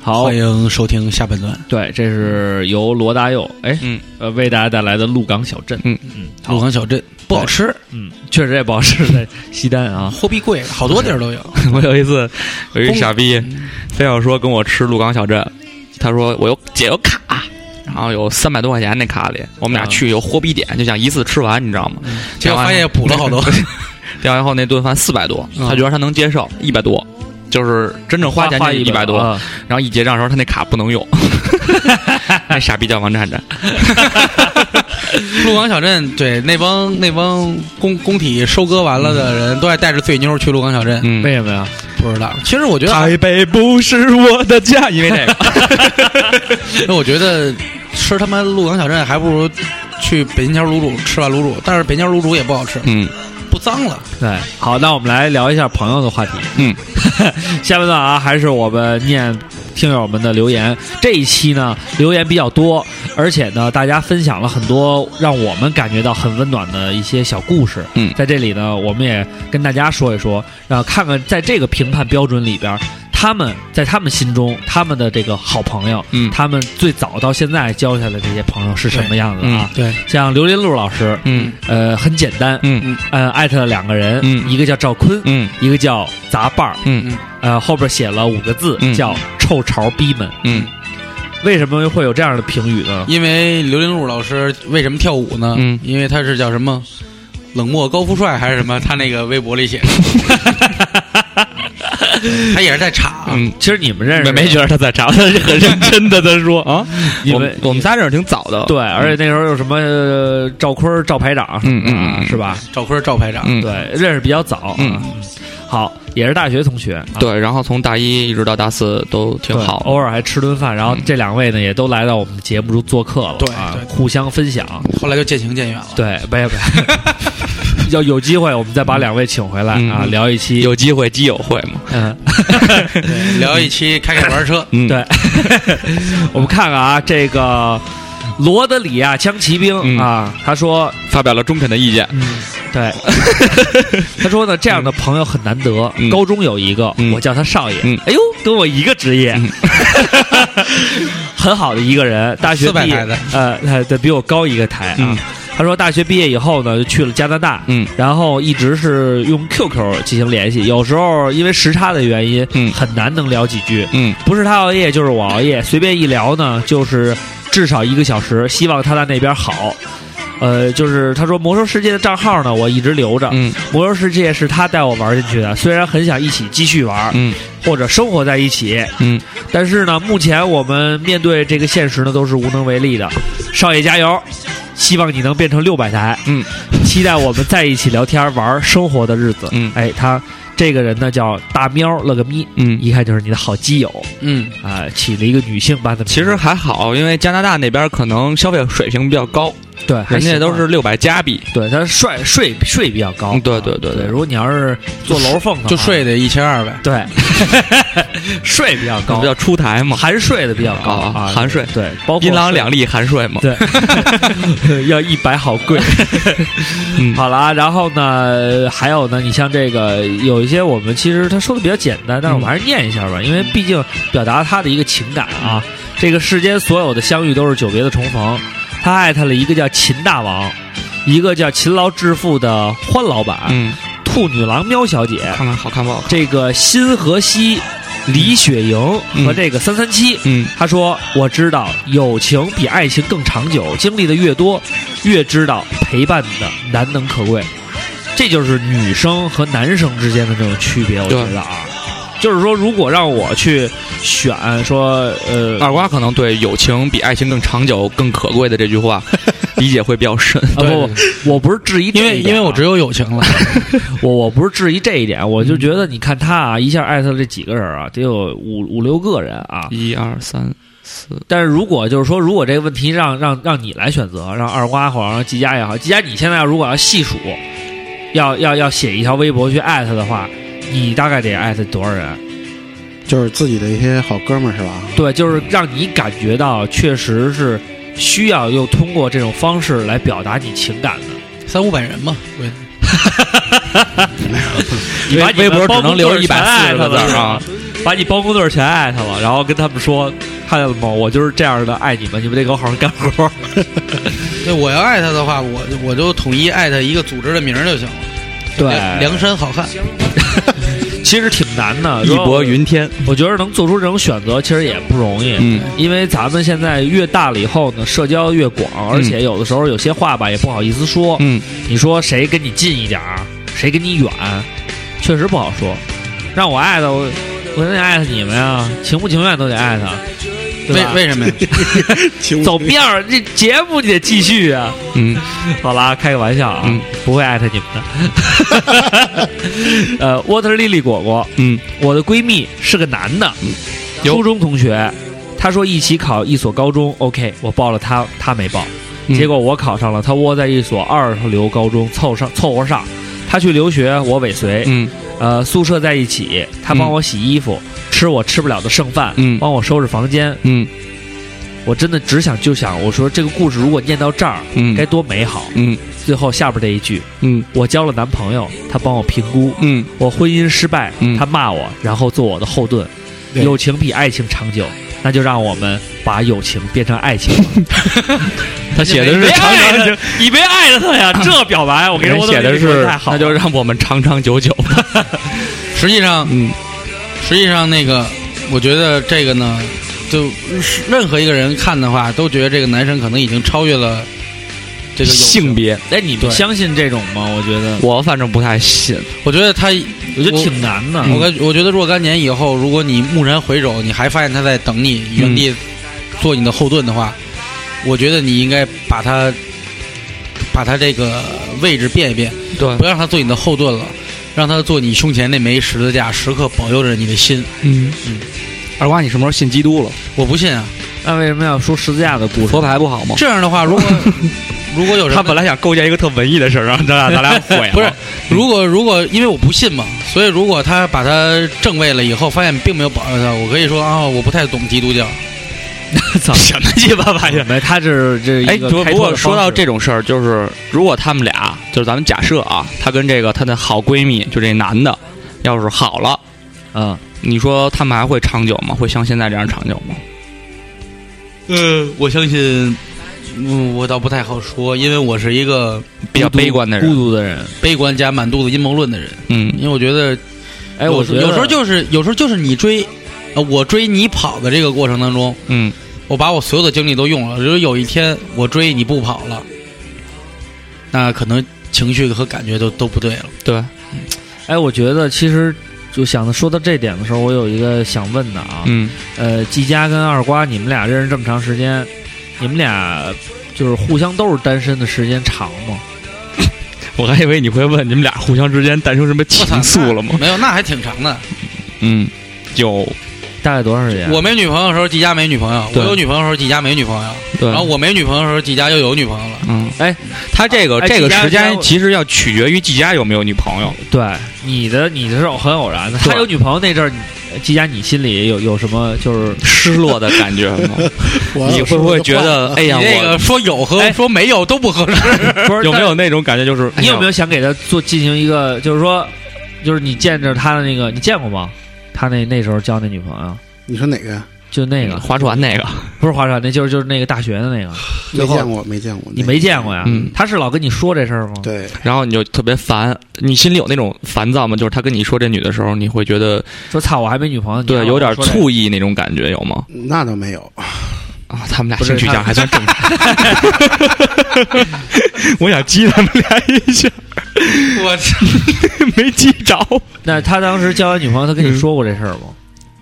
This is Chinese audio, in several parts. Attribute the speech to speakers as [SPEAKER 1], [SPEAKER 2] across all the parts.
[SPEAKER 1] 好
[SPEAKER 2] 欢，迎收听下半段。
[SPEAKER 1] 对，这是由罗大佑哎，
[SPEAKER 2] 嗯
[SPEAKER 1] 呃为大家带来的鹿港小镇，
[SPEAKER 2] 嗯
[SPEAKER 1] 嗯，好
[SPEAKER 2] 鹿港小镇不好吃，
[SPEAKER 1] 嗯，确实也不好吃，在西单啊，
[SPEAKER 2] 货币贵，好多地儿都 有。
[SPEAKER 3] 我有一次有一
[SPEAKER 2] 公
[SPEAKER 3] 傻逼非要说跟我吃鹿港小镇，他说我有姐有卡，然后有三百多块钱那卡里，我们俩
[SPEAKER 1] 啊
[SPEAKER 3] 去有货币点，就想一次吃完，你知道吗？
[SPEAKER 2] 结果发现补了好多。
[SPEAKER 3] 点完以后那顿饭四百多，
[SPEAKER 2] 嗯
[SPEAKER 3] 他觉得他能接受一百多。就是真正花钱就
[SPEAKER 1] 花
[SPEAKER 3] 一百多，嗯
[SPEAKER 1] 啊
[SPEAKER 3] 然后一结账的时候他那卡不能 用，那傻逼叫王 站站，
[SPEAKER 2] 鹿港小镇对那帮那帮工工体收割完了的人都爱带着醉妞去鹿港小镇，
[SPEAKER 3] 嗯，
[SPEAKER 1] 为什么呀？
[SPEAKER 2] 不知道。其实我觉得还，
[SPEAKER 3] 台北不是我的家，因为这 个，
[SPEAKER 2] 我觉得吃他妈鹿港小镇还不如去北京桥卤煮吃碗卤煮，但是北京桥卤煮也不好吃，
[SPEAKER 3] 嗯，
[SPEAKER 2] 不脏了。
[SPEAKER 1] 对，好，那我们来聊一下朋友的话题。
[SPEAKER 3] 嗯，
[SPEAKER 1] 下半段啊，还是我们念听友们的留言。这一期呢，留言比较多，而且呢，大家分享了很多让我们感觉到很温暖的一些小故事。
[SPEAKER 3] 嗯
[SPEAKER 1] 在这里呢，我们也跟大家说一说，让看看在这个评判标准里边，他们在他们心中，他们的这个好朋友，
[SPEAKER 3] 嗯
[SPEAKER 1] 他们最早到现在交下来的这些朋友是什么样子啊？
[SPEAKER 2] 对，
[SPEAKER 1] 像刘林路老师，
[SPEAKER 3] 嗯
[SPEAKER 1] 呃，很简单，
[SPEAKER 3] 嗯
[SPEAKER 1] 呃，艾特了两个人，
[SPEAKER 3] 嗯
[SPEAKER 1] 一个叫赵坤，
[SPEAKER 3] 嗯
[SPEAKER 1] 一个叫杂伴儿，
[SPEAKER 3] 嗯
[SPEAKER 1] 呃，后边写了五个字，
[SPEAKER 3] 嗯
[SPEAKER 1] 叫臭潮逼们。
[SPEAKER 3] 嗯
[SPEAKER 1] 为什么会有这样的评语呢？
[SPEAKER 2] 因为刘林路老师为什么跳舞呢？
[SPEAKER 3] 嗯
[SPEAKER 2] 因为他是叫什么冷漠高富帅还是什么？他那个微博里 写的，他也是在查。
[SPEAKER 3] 嗯，
[SPEAKER 1] 其实你们认识
[SPEAKER 3] 没没觉得他 在查，他是很认真的在说啊。
[SPEAKER 1] 你
[SPEAKER 3] 我
[SPEAKER 1] 们
[SPEAKER 3] 我们仨认识挺早的，
[SPEAKER 1] 对，而且那时候有什么呃赵坤儿、赵排长什么的啊，
[SPEAKER 3] 嗯嗯嗯
[SPEAKER 1] 是吧？
[SPEAKER 2] 赵坤、赵排长，
[SPEAKER 3] 嗯
[SPEAKER 1] 对，认识比较早。啊
[SPEAKER 3] 嗯，
[SPEAKER 1] 好，也是大学同学。啊
[SPEAKER 3] 对，然后从大一一直到大四都挺
[SPEAKER 1] 对
[SPEAKER 3] 好嗯
[SPEAKER 1] 偶尔还吃顿饭。然后这两位呢，也都来到我们节目中做客了，
[SPEAKER 2] 对
[SPEAKER 1] 啊
[SPEAKER 2] 对
[SPEAKER 1] 互相分享。
[SPEAKER 2] 后来就渐行渐远了。
[SPEAKER 1] 对，没有没有，要有 机会我们再把两位请回来
[SPEAKER 3] 嗯
[SPEAKER 1] 啊，聊一期。
[SPEAKER 3] 有机会基友会嘛，
[SPEAKER 1] 嗯，
[SPEAKER 2] 聊一期开开玩车，
[SPEAKER 3] 嗯，
[SPEAKER 1] 对 我们看看啊，这个罗德里亚枪骑兵、
[SPEAKER 3] 嗯
[SPEAKER 1] 啊，他说，
[SPEAKER 3] 发表了中肯的意见，
[SPEAKER 1] 对，他说呢，这样的朋友很难得。
[SPEAKER 3] 嗯
[SPEAKER 1] 高中有一个，
[SPEAKER 3] 嗯
[SPEAKER 1] 我叫他少爷，
[SPEAKER 3] 嗯
[SPEAKER 1] 哎呦，跟我一个职业， 很好的一个人。大学
[SPEAKER 2] 四百
[SPEAKER 1] 毕
[SPEAKER 2] 台
[SPEAKER 1] 业
[SPEAKER 2] 的，
[SPEAKER 1] 呃，他对比我高一个台啊。
[SPEAKER 3] 嗯
[SPEAKER 1] 他说大学毕业以后呢，就去了加拿大，
[SPEAKER 3] 嗯，
[SPEAKER 1] 然后一直是用 QQ 进行联系，有时候因为时差的原因，
[SPEAKER 3] 嗯
[SPEAKER 1] 很难能聊几句，
[SPEAKER 3] 嗯
[SPEAKER 1] 不是他熬夜就是我熬夜，随便一聊呢，就是至少一个小时。希望他在那边好。呃，就是他说《魔兽世界》的账号呢，我一直留着。
[SPEAKER 3] 嗯
[SPEAKER 1] 魔兽世界》是他带我玩进去的，虽然很想一起继续玩，
[SPEAKER 3] 嗯
[SPEAKER 1] 或者生活在一起，
[SPEAKER 3] 嗯，
[SPEAKER 1] 但是呢，目前我们面对这个现实呢，都是无能为力的。少爷加油！希望你能变成六百台，
[SPEAKER 3] 嗯，
[SPEAKER 1] 期待我们在一起聊天、玩生活的日子。
[SPEAKER 3] 嗯
[SPEAKER 1] 哎，他这个人呢叫大喵了个咪，
[SPEAKER 3] 嗯。
[SPEAKER 1] 一看就是你的好基友。
[SPEAKER 2] 嗯，
[SPEAKER 1] 啊、起了一个女性般的名字。
[SPEAKER 3] 其实还好，因为加拿大那边可能消费水平比较高，
[SPEAKER 1] 对，还
[SPEAKER 3] 人家
[SPEAKER 1] 行
[SPEAKER 3] 都
[SPEAKER 1] 吧
[SPEAKER 3] 是六百加币。
[SPEAKER 1] 对他税税税比较高。
[SPEAKER 3] 嗯对对
[SPEAKER 1] 啊
[SPEAKER 3] 对对
[SPEAKER 1] 如果你要是做楼缝的话
[SPEAKER 2] 嗯就税得一千二呗。
[SPEAKER 1] 对， 税比较
[SPEAKER 3] 那
[SPEAKER 1] 高
[SPEAKER 3] 不，叫出台嘛，
[SPEAKER 1] 含税的比较高
[SPEAKER 3] 啊
[SPEAKER 1] 啊，
[SPEAKER 3] 含税
[SPEAKER 1] 对，包括
[SPEAKER 3] 银郎两利含税嘛。
[SPEAKER 1] 税 要一百好贵。
[SPEAKER 3] 嗯
[SPEAKER 1] 好了啊，然后呢，还有呢，你像这个有一些我们其实他说的比较简单，但是我们还是念一下吧，因为毕竟表达他的一个情感啊。
[SPEAKER 3] 嗯
[SPEAKER 1] 这个世间所有的相遇都是久别的重逢。他艾特了一个叫秦大王，一个叫勤劳致富的欢老板，
[SPEAKER 3] 嗯，
[SPEAKER 1] 兔女郎喵小姐，
[SPEAKER 3] 看看好看不好看？
[SPEAKER 1] 这个新河西李雪莹和
[SPEAKER 3] 嗯
[SPEAKER 1] 这个三三七。
[SPEAKER 3] 嗯
[SPEAKER 1] 他说：“我知道友情比爱情更长久，经历的越多，越知道陪伴的难能可贵。这就是女生和男生之间的这种区别，我觉得啊，就是说，如果让我去选，说
[SPEAKER 2] 啊
[SPEAKER 1] 呃，
[SPEAKER 3] 二瓜可能对“友情比爱情更长久、更可贵”的这句话理解会比较深。
[SPEAKER 1] 啊
[SPEAKER 2] 对
[SPEAKER 1] 不不，我不是质疑这
[SPEAKER 2] 因
[SPEAKER 1] 一点啊，
[SPEAKER 2] 为因为我只有友情了，
[SPEAKER 1] 我我不是质疑这一点，我就觉得你看他啊，一下艾特这几个人啊，得有五五六个人啊。
[SPEAKER 3] 一二三四，
[SPEAKER 1] 但是如果就是说，如果这个问题让让让你来选择，让二瓜或者让季佳也好，季佳你现在如果要细数，要要要写一条微博去艾特的话，你大概得艾特多少人？
[SPEAKER 4] 就是自己的一些好哥们儿是 吧？
[SPEAKER 1] 对，就是让你感觉到确实是需要又通过这种方式来表达你情感的。
[SPEAKER 2] 三五百人嘛。对
[SPEAKER 1] 你把
[SPEAKER 3] 微
[SPEAKER 1] 你们
[SPEAKER 3] 微博
[SPEAKER 1] 包
[SPEAKER 3] 只能
[SPEAKER 1] 工
[SPEAKER 3] 留
[SPEAKER 1] 队儿
[SPEAKER 3] 一百
[SPEAKER 1] 全艾
[SPEAKER 3] 四
[SPEAKER 1] 特
[SPEAKER 3] 十个字
[SPEAKER 1] 了
[SPEAKER 3] 儿啊。
[SPEAKER 1] 把你帮工队儿全艾特了，然后跟他们说，看见了吗？我就是这样的爱你们，你们得给我好好干活。
[SPEAKER 2] 对，我要艾特的话，我我就统一艾特一个组织的名儿就行了。梁山好汉，
[SPEAKER 1] 其实挺难的，
[SPEAKER 3] 义薄云天。
[SPEAKER 1] 我觉得能做出这种选择，其实也不容易。
[SPEAKER 3] 嗯，
[SPEAKER 1] 因为咱们现在越大了以后呢，社交越广，而且有的时候有些话吧也不好意思说。
[SPEAKER 3] 嗯，
[SPEAKER 1] 你说谁跟你近一点儿，谁跟你远，确实不好说。让我艾特我，我得艾特你们呀，情不情愿都得艾特，对
[SPEAKER 2] 为
[SPEAKER 1] 吧？
[SPEAKER 2] 为什么呀？
[SPEAKER 1] 走面儿，这节目你得继续啊。
[SPEAKER 3] 嗯，
[SPEAKER 1] 好啦，开个玩笑啊，
[SPEAKER 3] 嗯
[SPEAKER 1] 不会艾特你们的。 呃，Water Lily 果果，
[SPEAKER 3] 嗯，
[SPEAKER 1] 我的闺蜜是个男的，
[SPEAKER 3] 有
[SPEAKER 1] 初中同学，他说一起考一所高中，OK，我报了他，他没报，
[SPEAKER 3] 嗯
[SPEAKER 1] 结果我考上了，他窝在一所二流高中凑上凑合上。他去留学，我尾随，
[SPEAKER 3] 嗯
[SPEAKER 1] 呃，宿舍在一起，他帮我洗衣服，吃我吃不了的剩饭，
[SPEAKER 3] 嗯
[SPEAKER 1] 帮我收拾房间。
[SPEAKER 3] 嗯
[SPEAKER 1] 我真的只想就想，我说这个故事如果念到这儿，
[SPEAKER 3] 嗯，
[SPEAKER 1] 该多美好。
[SPEAKER 3] 嗯
[SPEAKER 1] 最后下边这一句，
[SPEAKER 3] 嗯
[SPEAKER 1] 我交了男朋友，他帮我评估；
[SPEAKER 3] 嗯
[SPEAKER 1] 我婚姻失败，
[SPEAKER 3] 嗯
[SPEAKER 1] 他骂我，然后做我的后盾。
[SPEAKER 4] 对
[SPEAKER 1] 友情比爱情长久，那就让我们把友情变成爱情吧。
[SPEAKER 3] 他 写的是
[SPEAKER 1] 别
[SPEAKER 3] 长
[SPEAKER 1] 爱
[SPEAKER 3] 长
[SPEAKER 1] 着，你别爱着他呀！这表白，我跟你
[SPEAKER 3] 人
[SPEAKER 1] 说，
[SPEAKER 3] 写的是
[SPEAKER 1] 太好
[SPEAKER 3] 那
[SPEAKER 1] 了，
[SPEAKER 3] 就让我们长长久久。
[SPEAKER 2] 实际上，
[SPEAKER 3] 嗯
[SPEAKER 2] 实际上那个，我觉得这个呢，就是任何一个人看的话，都觉得这个男生可能已经超越了这个友情
[SPEAKER 3] 性。别，
[SPEAKER 1] 哎，你们
[SPEAKER 2] 对
[SPEAKER 1] 相信这种吗？我觉得，
[SPEAKER 3] 我反正不太信。
[SPEAKER 2] 我觉得他，嗯
[SPEAKER 1] 我觉得挺难的。
[SPEAKER 2] 我感我觉得若干年以后，如果你蓦然回首，你还发现他在等你，原地做你的后盾的话，我觉得你应该把他把他这个位置变一变，
[SPEAKER 3] 对
[SPEAKER 2] 不，要让他做你的后盾了，让他做你胸前那枚十字架，时刻保佑着你的心。
[SPEAKER 3] 嗯嗯。二瓜，你什么时候信基督了？
[SPEAKER 2] 我不信啊，
[SPEAKER 1] 那为什么要说十字架的故事？
[SPEAKER 3] 佛牌不好吗？
[SPEAKER 2] 这样的话，如 果如果有人
[SPEAKER 3] 他本来想构建一个特文艺的事儿，让咱俩咱俩毁了。
[SPEAKER 2] 不 是，如果如果因为我不信嘛，所以如果他把他正位了以后，发现并没有保佑他，我可以说啊，我不太懂基督教。
[SPEAKER 1] 操
[SPEAKER 3] 什么鸡巴玩意儿？
[SPEAKER 1] 没，他这这
[SPEAKER 3] 哎，
[SPEAKER 1] 一个
[SPEAKER 3] 不
[SPEAKER 1] 开
[SPEAKER 3] 不
[SPEAKER 1] 拓
[SPEAKER 3] 过
[SPEAKER 1] 的
[SPEAKER 3] 说
[SPEAKER 1] 方
[SPEAKER 3] 到
[SPEAKER 1] 式
[SPEAKER 3] 这种事儿，就是如果他们俩，就是咱们假设啊，她跟这个她的好闺蜜，就这男的，要是好了，
[SPEAKER 1] 嗯，
[SPEAKER 3] 你说他们还会长久吗？会像现在这样长久吗？
[SPEAKER 2] 呃，我相信，嗯，我倒不太好说，因为我是一个
[SPEAKER 3] 比较
[SPEAKER 1] 孤独
[SPEAKER 3] 悲观的
[SPEAKER 1] 孤
[SPEAKER 3] 人，
[SPEAKER 1] 独的人。
[SPEAKER 2] 悲观加满肚子阴谋论的人，
[SPEAKER 3] 嗯
[SPEAKER 2] 因为我觉得，
[SPEAKER 1] 哎，
[SPEAKER 2] 有
[SPEAKER 1] 我觉得
[SPEAKER 2] 有时候就是有时候就是你追，呃我追你跑的这个过程当中，
[SPEAKER 3] 嗯，
[SPEAKER 2] 我把我所有的精力都用了。如果有一天我追你不跑了，那可能情绪和感觉都都不对了。
[SPEAKER 3] 对，
[SPEAKER 1] 哎，我觉得其实就想着说到这点的时候，我有一个想问的啊，
[SPEAKER 3] 嗯
[SPEAKER 1] 呃，季佳跟二瓜，你们俩认识这么长时间，你们俩就是互相都是单身的时间长吗？
[SPEAKER 3] 我还以为你会问你们俩互相之间诞生什么情愫了吗？
[SPEAKER 2] 没有，那还挺长的。
[SPEAKER 3] 嗯，有，
[SPEAKER 1] 大概多长时间？
[SPEAKER 2] 我没女朋友的时候，季佳没女朋友；
[SPEAKER 3] 对
[SPEAKER 2] 我有女朋友的时候，季佳没女朋友；
[SPEAKER 3] 对
[SPEAKER 2] 然，后我没女朋友的时候，季佳又有女朋友了。
[SPEAKER 3] 嗯，哎，他这个
[SPEAKER 1] 哎
[SPEAKER 3] 这个
[SPEAKER 1] 季佳
[SPEAKER 3] 时
[SPEAKER 1] 佳
[SPEAKER 3] 间其实要取决于季佳有没有女朋友。
[SPEAKER 1] 对你的你的是很偶然的，他
[SPEAKER 3] 对
[SPEAKER 1] 有女朋友那阵儿，你季佳你心里有有什么 就是
[SPEAKER 3] 失落的感觉吗？
[SPEAKER 4] 我
[SPEAKER 3] 你会 不会觉得，哎呀，
[SPEAKER 2] 你这
[SPEAKER 3] 我
[SPEAKER 2] 个说有和
[SPEAKER 1] 哎
[SPEAKER 2] 说没有都不 合适。
[SPEAKER 1] 不是
[SPEAKER 3] 有没有？那种感觉？就是
[SPEAKER 1] 但你有没
[SPEAKER 3] 有？
[SPEAKER 1] 有想给他做进行一个就是说，就是你见着他的那个，你见过吗？他那那时候交那女朋友，
[SPEAKER 4] 你说哪个呀？
[SPEAKER 1] 就那个
[SPEAKER 3] 哎划船那个，
[SPEAKER 1] 不是划船，那就是就是那个大学的那个，最
[SPEAKER 4] 没
[SPEAKER 1] 后
[SPEAKER 4] 见过，没见过，
[SPEAKER 1] 你没见过呀？
[SPEAKER 3] 嗯
[SPEAKER 1] 他是老跟你说这事儿吗？
[SPEAKER 4] 对，
[SPEAKER 3] 然后你就特别烦，你心里有那种烦躁吗？就是他跟你说这女的时候，你会觉得
[SPEAKER 1] 说操，我还没女朋友，你
[SPEAKER 3] 对
[SPEAKER 1] 让我
[SPEAKER 3] 有点
[SPEAKER 1] 说这
[SPEAKER 3] 醋意那种感觉有吗？
[SPEAKER 4] 那倒没有。
[SPEAKER 3] 啊，他们俩
[SPEAKER 1] 不是
[SPEAKER 3] 性取向
[SPEAKER 1] 他
[SPEAKER 3] 还 算正常。 我想激他们俩一下，
[SPEAKER 2] 我操！
[SPEAKER 3] 没激着。
[SPEAKER 1] 那他当时交完女朋友，他跟你说过这事儿吗？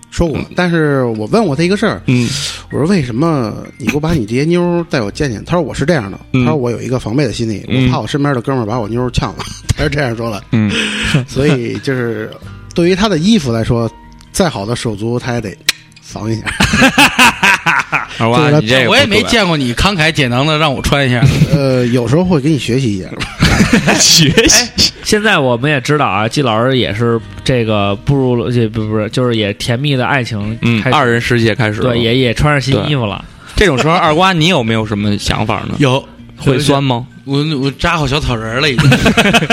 [SPEAKER 4] 说过
[SPEAKER 3] 嗯，
[SPEAKER 4] 但是我问我他一个事儿，
[SPEAKER 3] 嗯
[SPEAKER 4] 我说为什么你给我把你这些妞儿带我见见？他说我是这样的，
[SPEAKER 3] 嗯
[SPEAKER 4] 他说我有一个防备的心理，
[SPEAKER 3] 嗯
[SPEAKER 4] 我怕我身边的哥们儿把我妞儿呛了，他是这样说了。
[SPEAKER 3] 嗯，
[SPEAKER 4] 所以就是对于他的衣服来说，再好的手足他也得防一 下。
[SPEAKER 3] 二娃，
[SPEAKER 4] 这个
[SPEAKER 3] 你这个
[SPEAKER 2] 我也没
[SPEAKER 3] 不对
[SPEAKER 2] 见过你慷慨解囊的让我穿一 下。
[SPEAKER 4] 呃，有时候会给你学习一下，
[SPEAKER 3] 学习。
[SPEAKER 1] 现在我们也知道啊，季老师也是这个步入了，这不不是就是也甜蜜的爱情
[SPEAKER 3] 嗯，
[SPEAKER 1] 哎开始，
[SPEAKER 3] 二人世界开始了。
[SPEAKER 1] 对也也穿上新
[SPEAKER 3] 对
[SPEAKER 1] 衣服了。
[SPEAKER 3] 这种时候，二瓜你有没有什么想法 呢？
[SPEAKER 2] 有
[SPEAKER 3] 会酸嗯吗？
[SPEAKER 2] 我我扎好小草人儿了，已经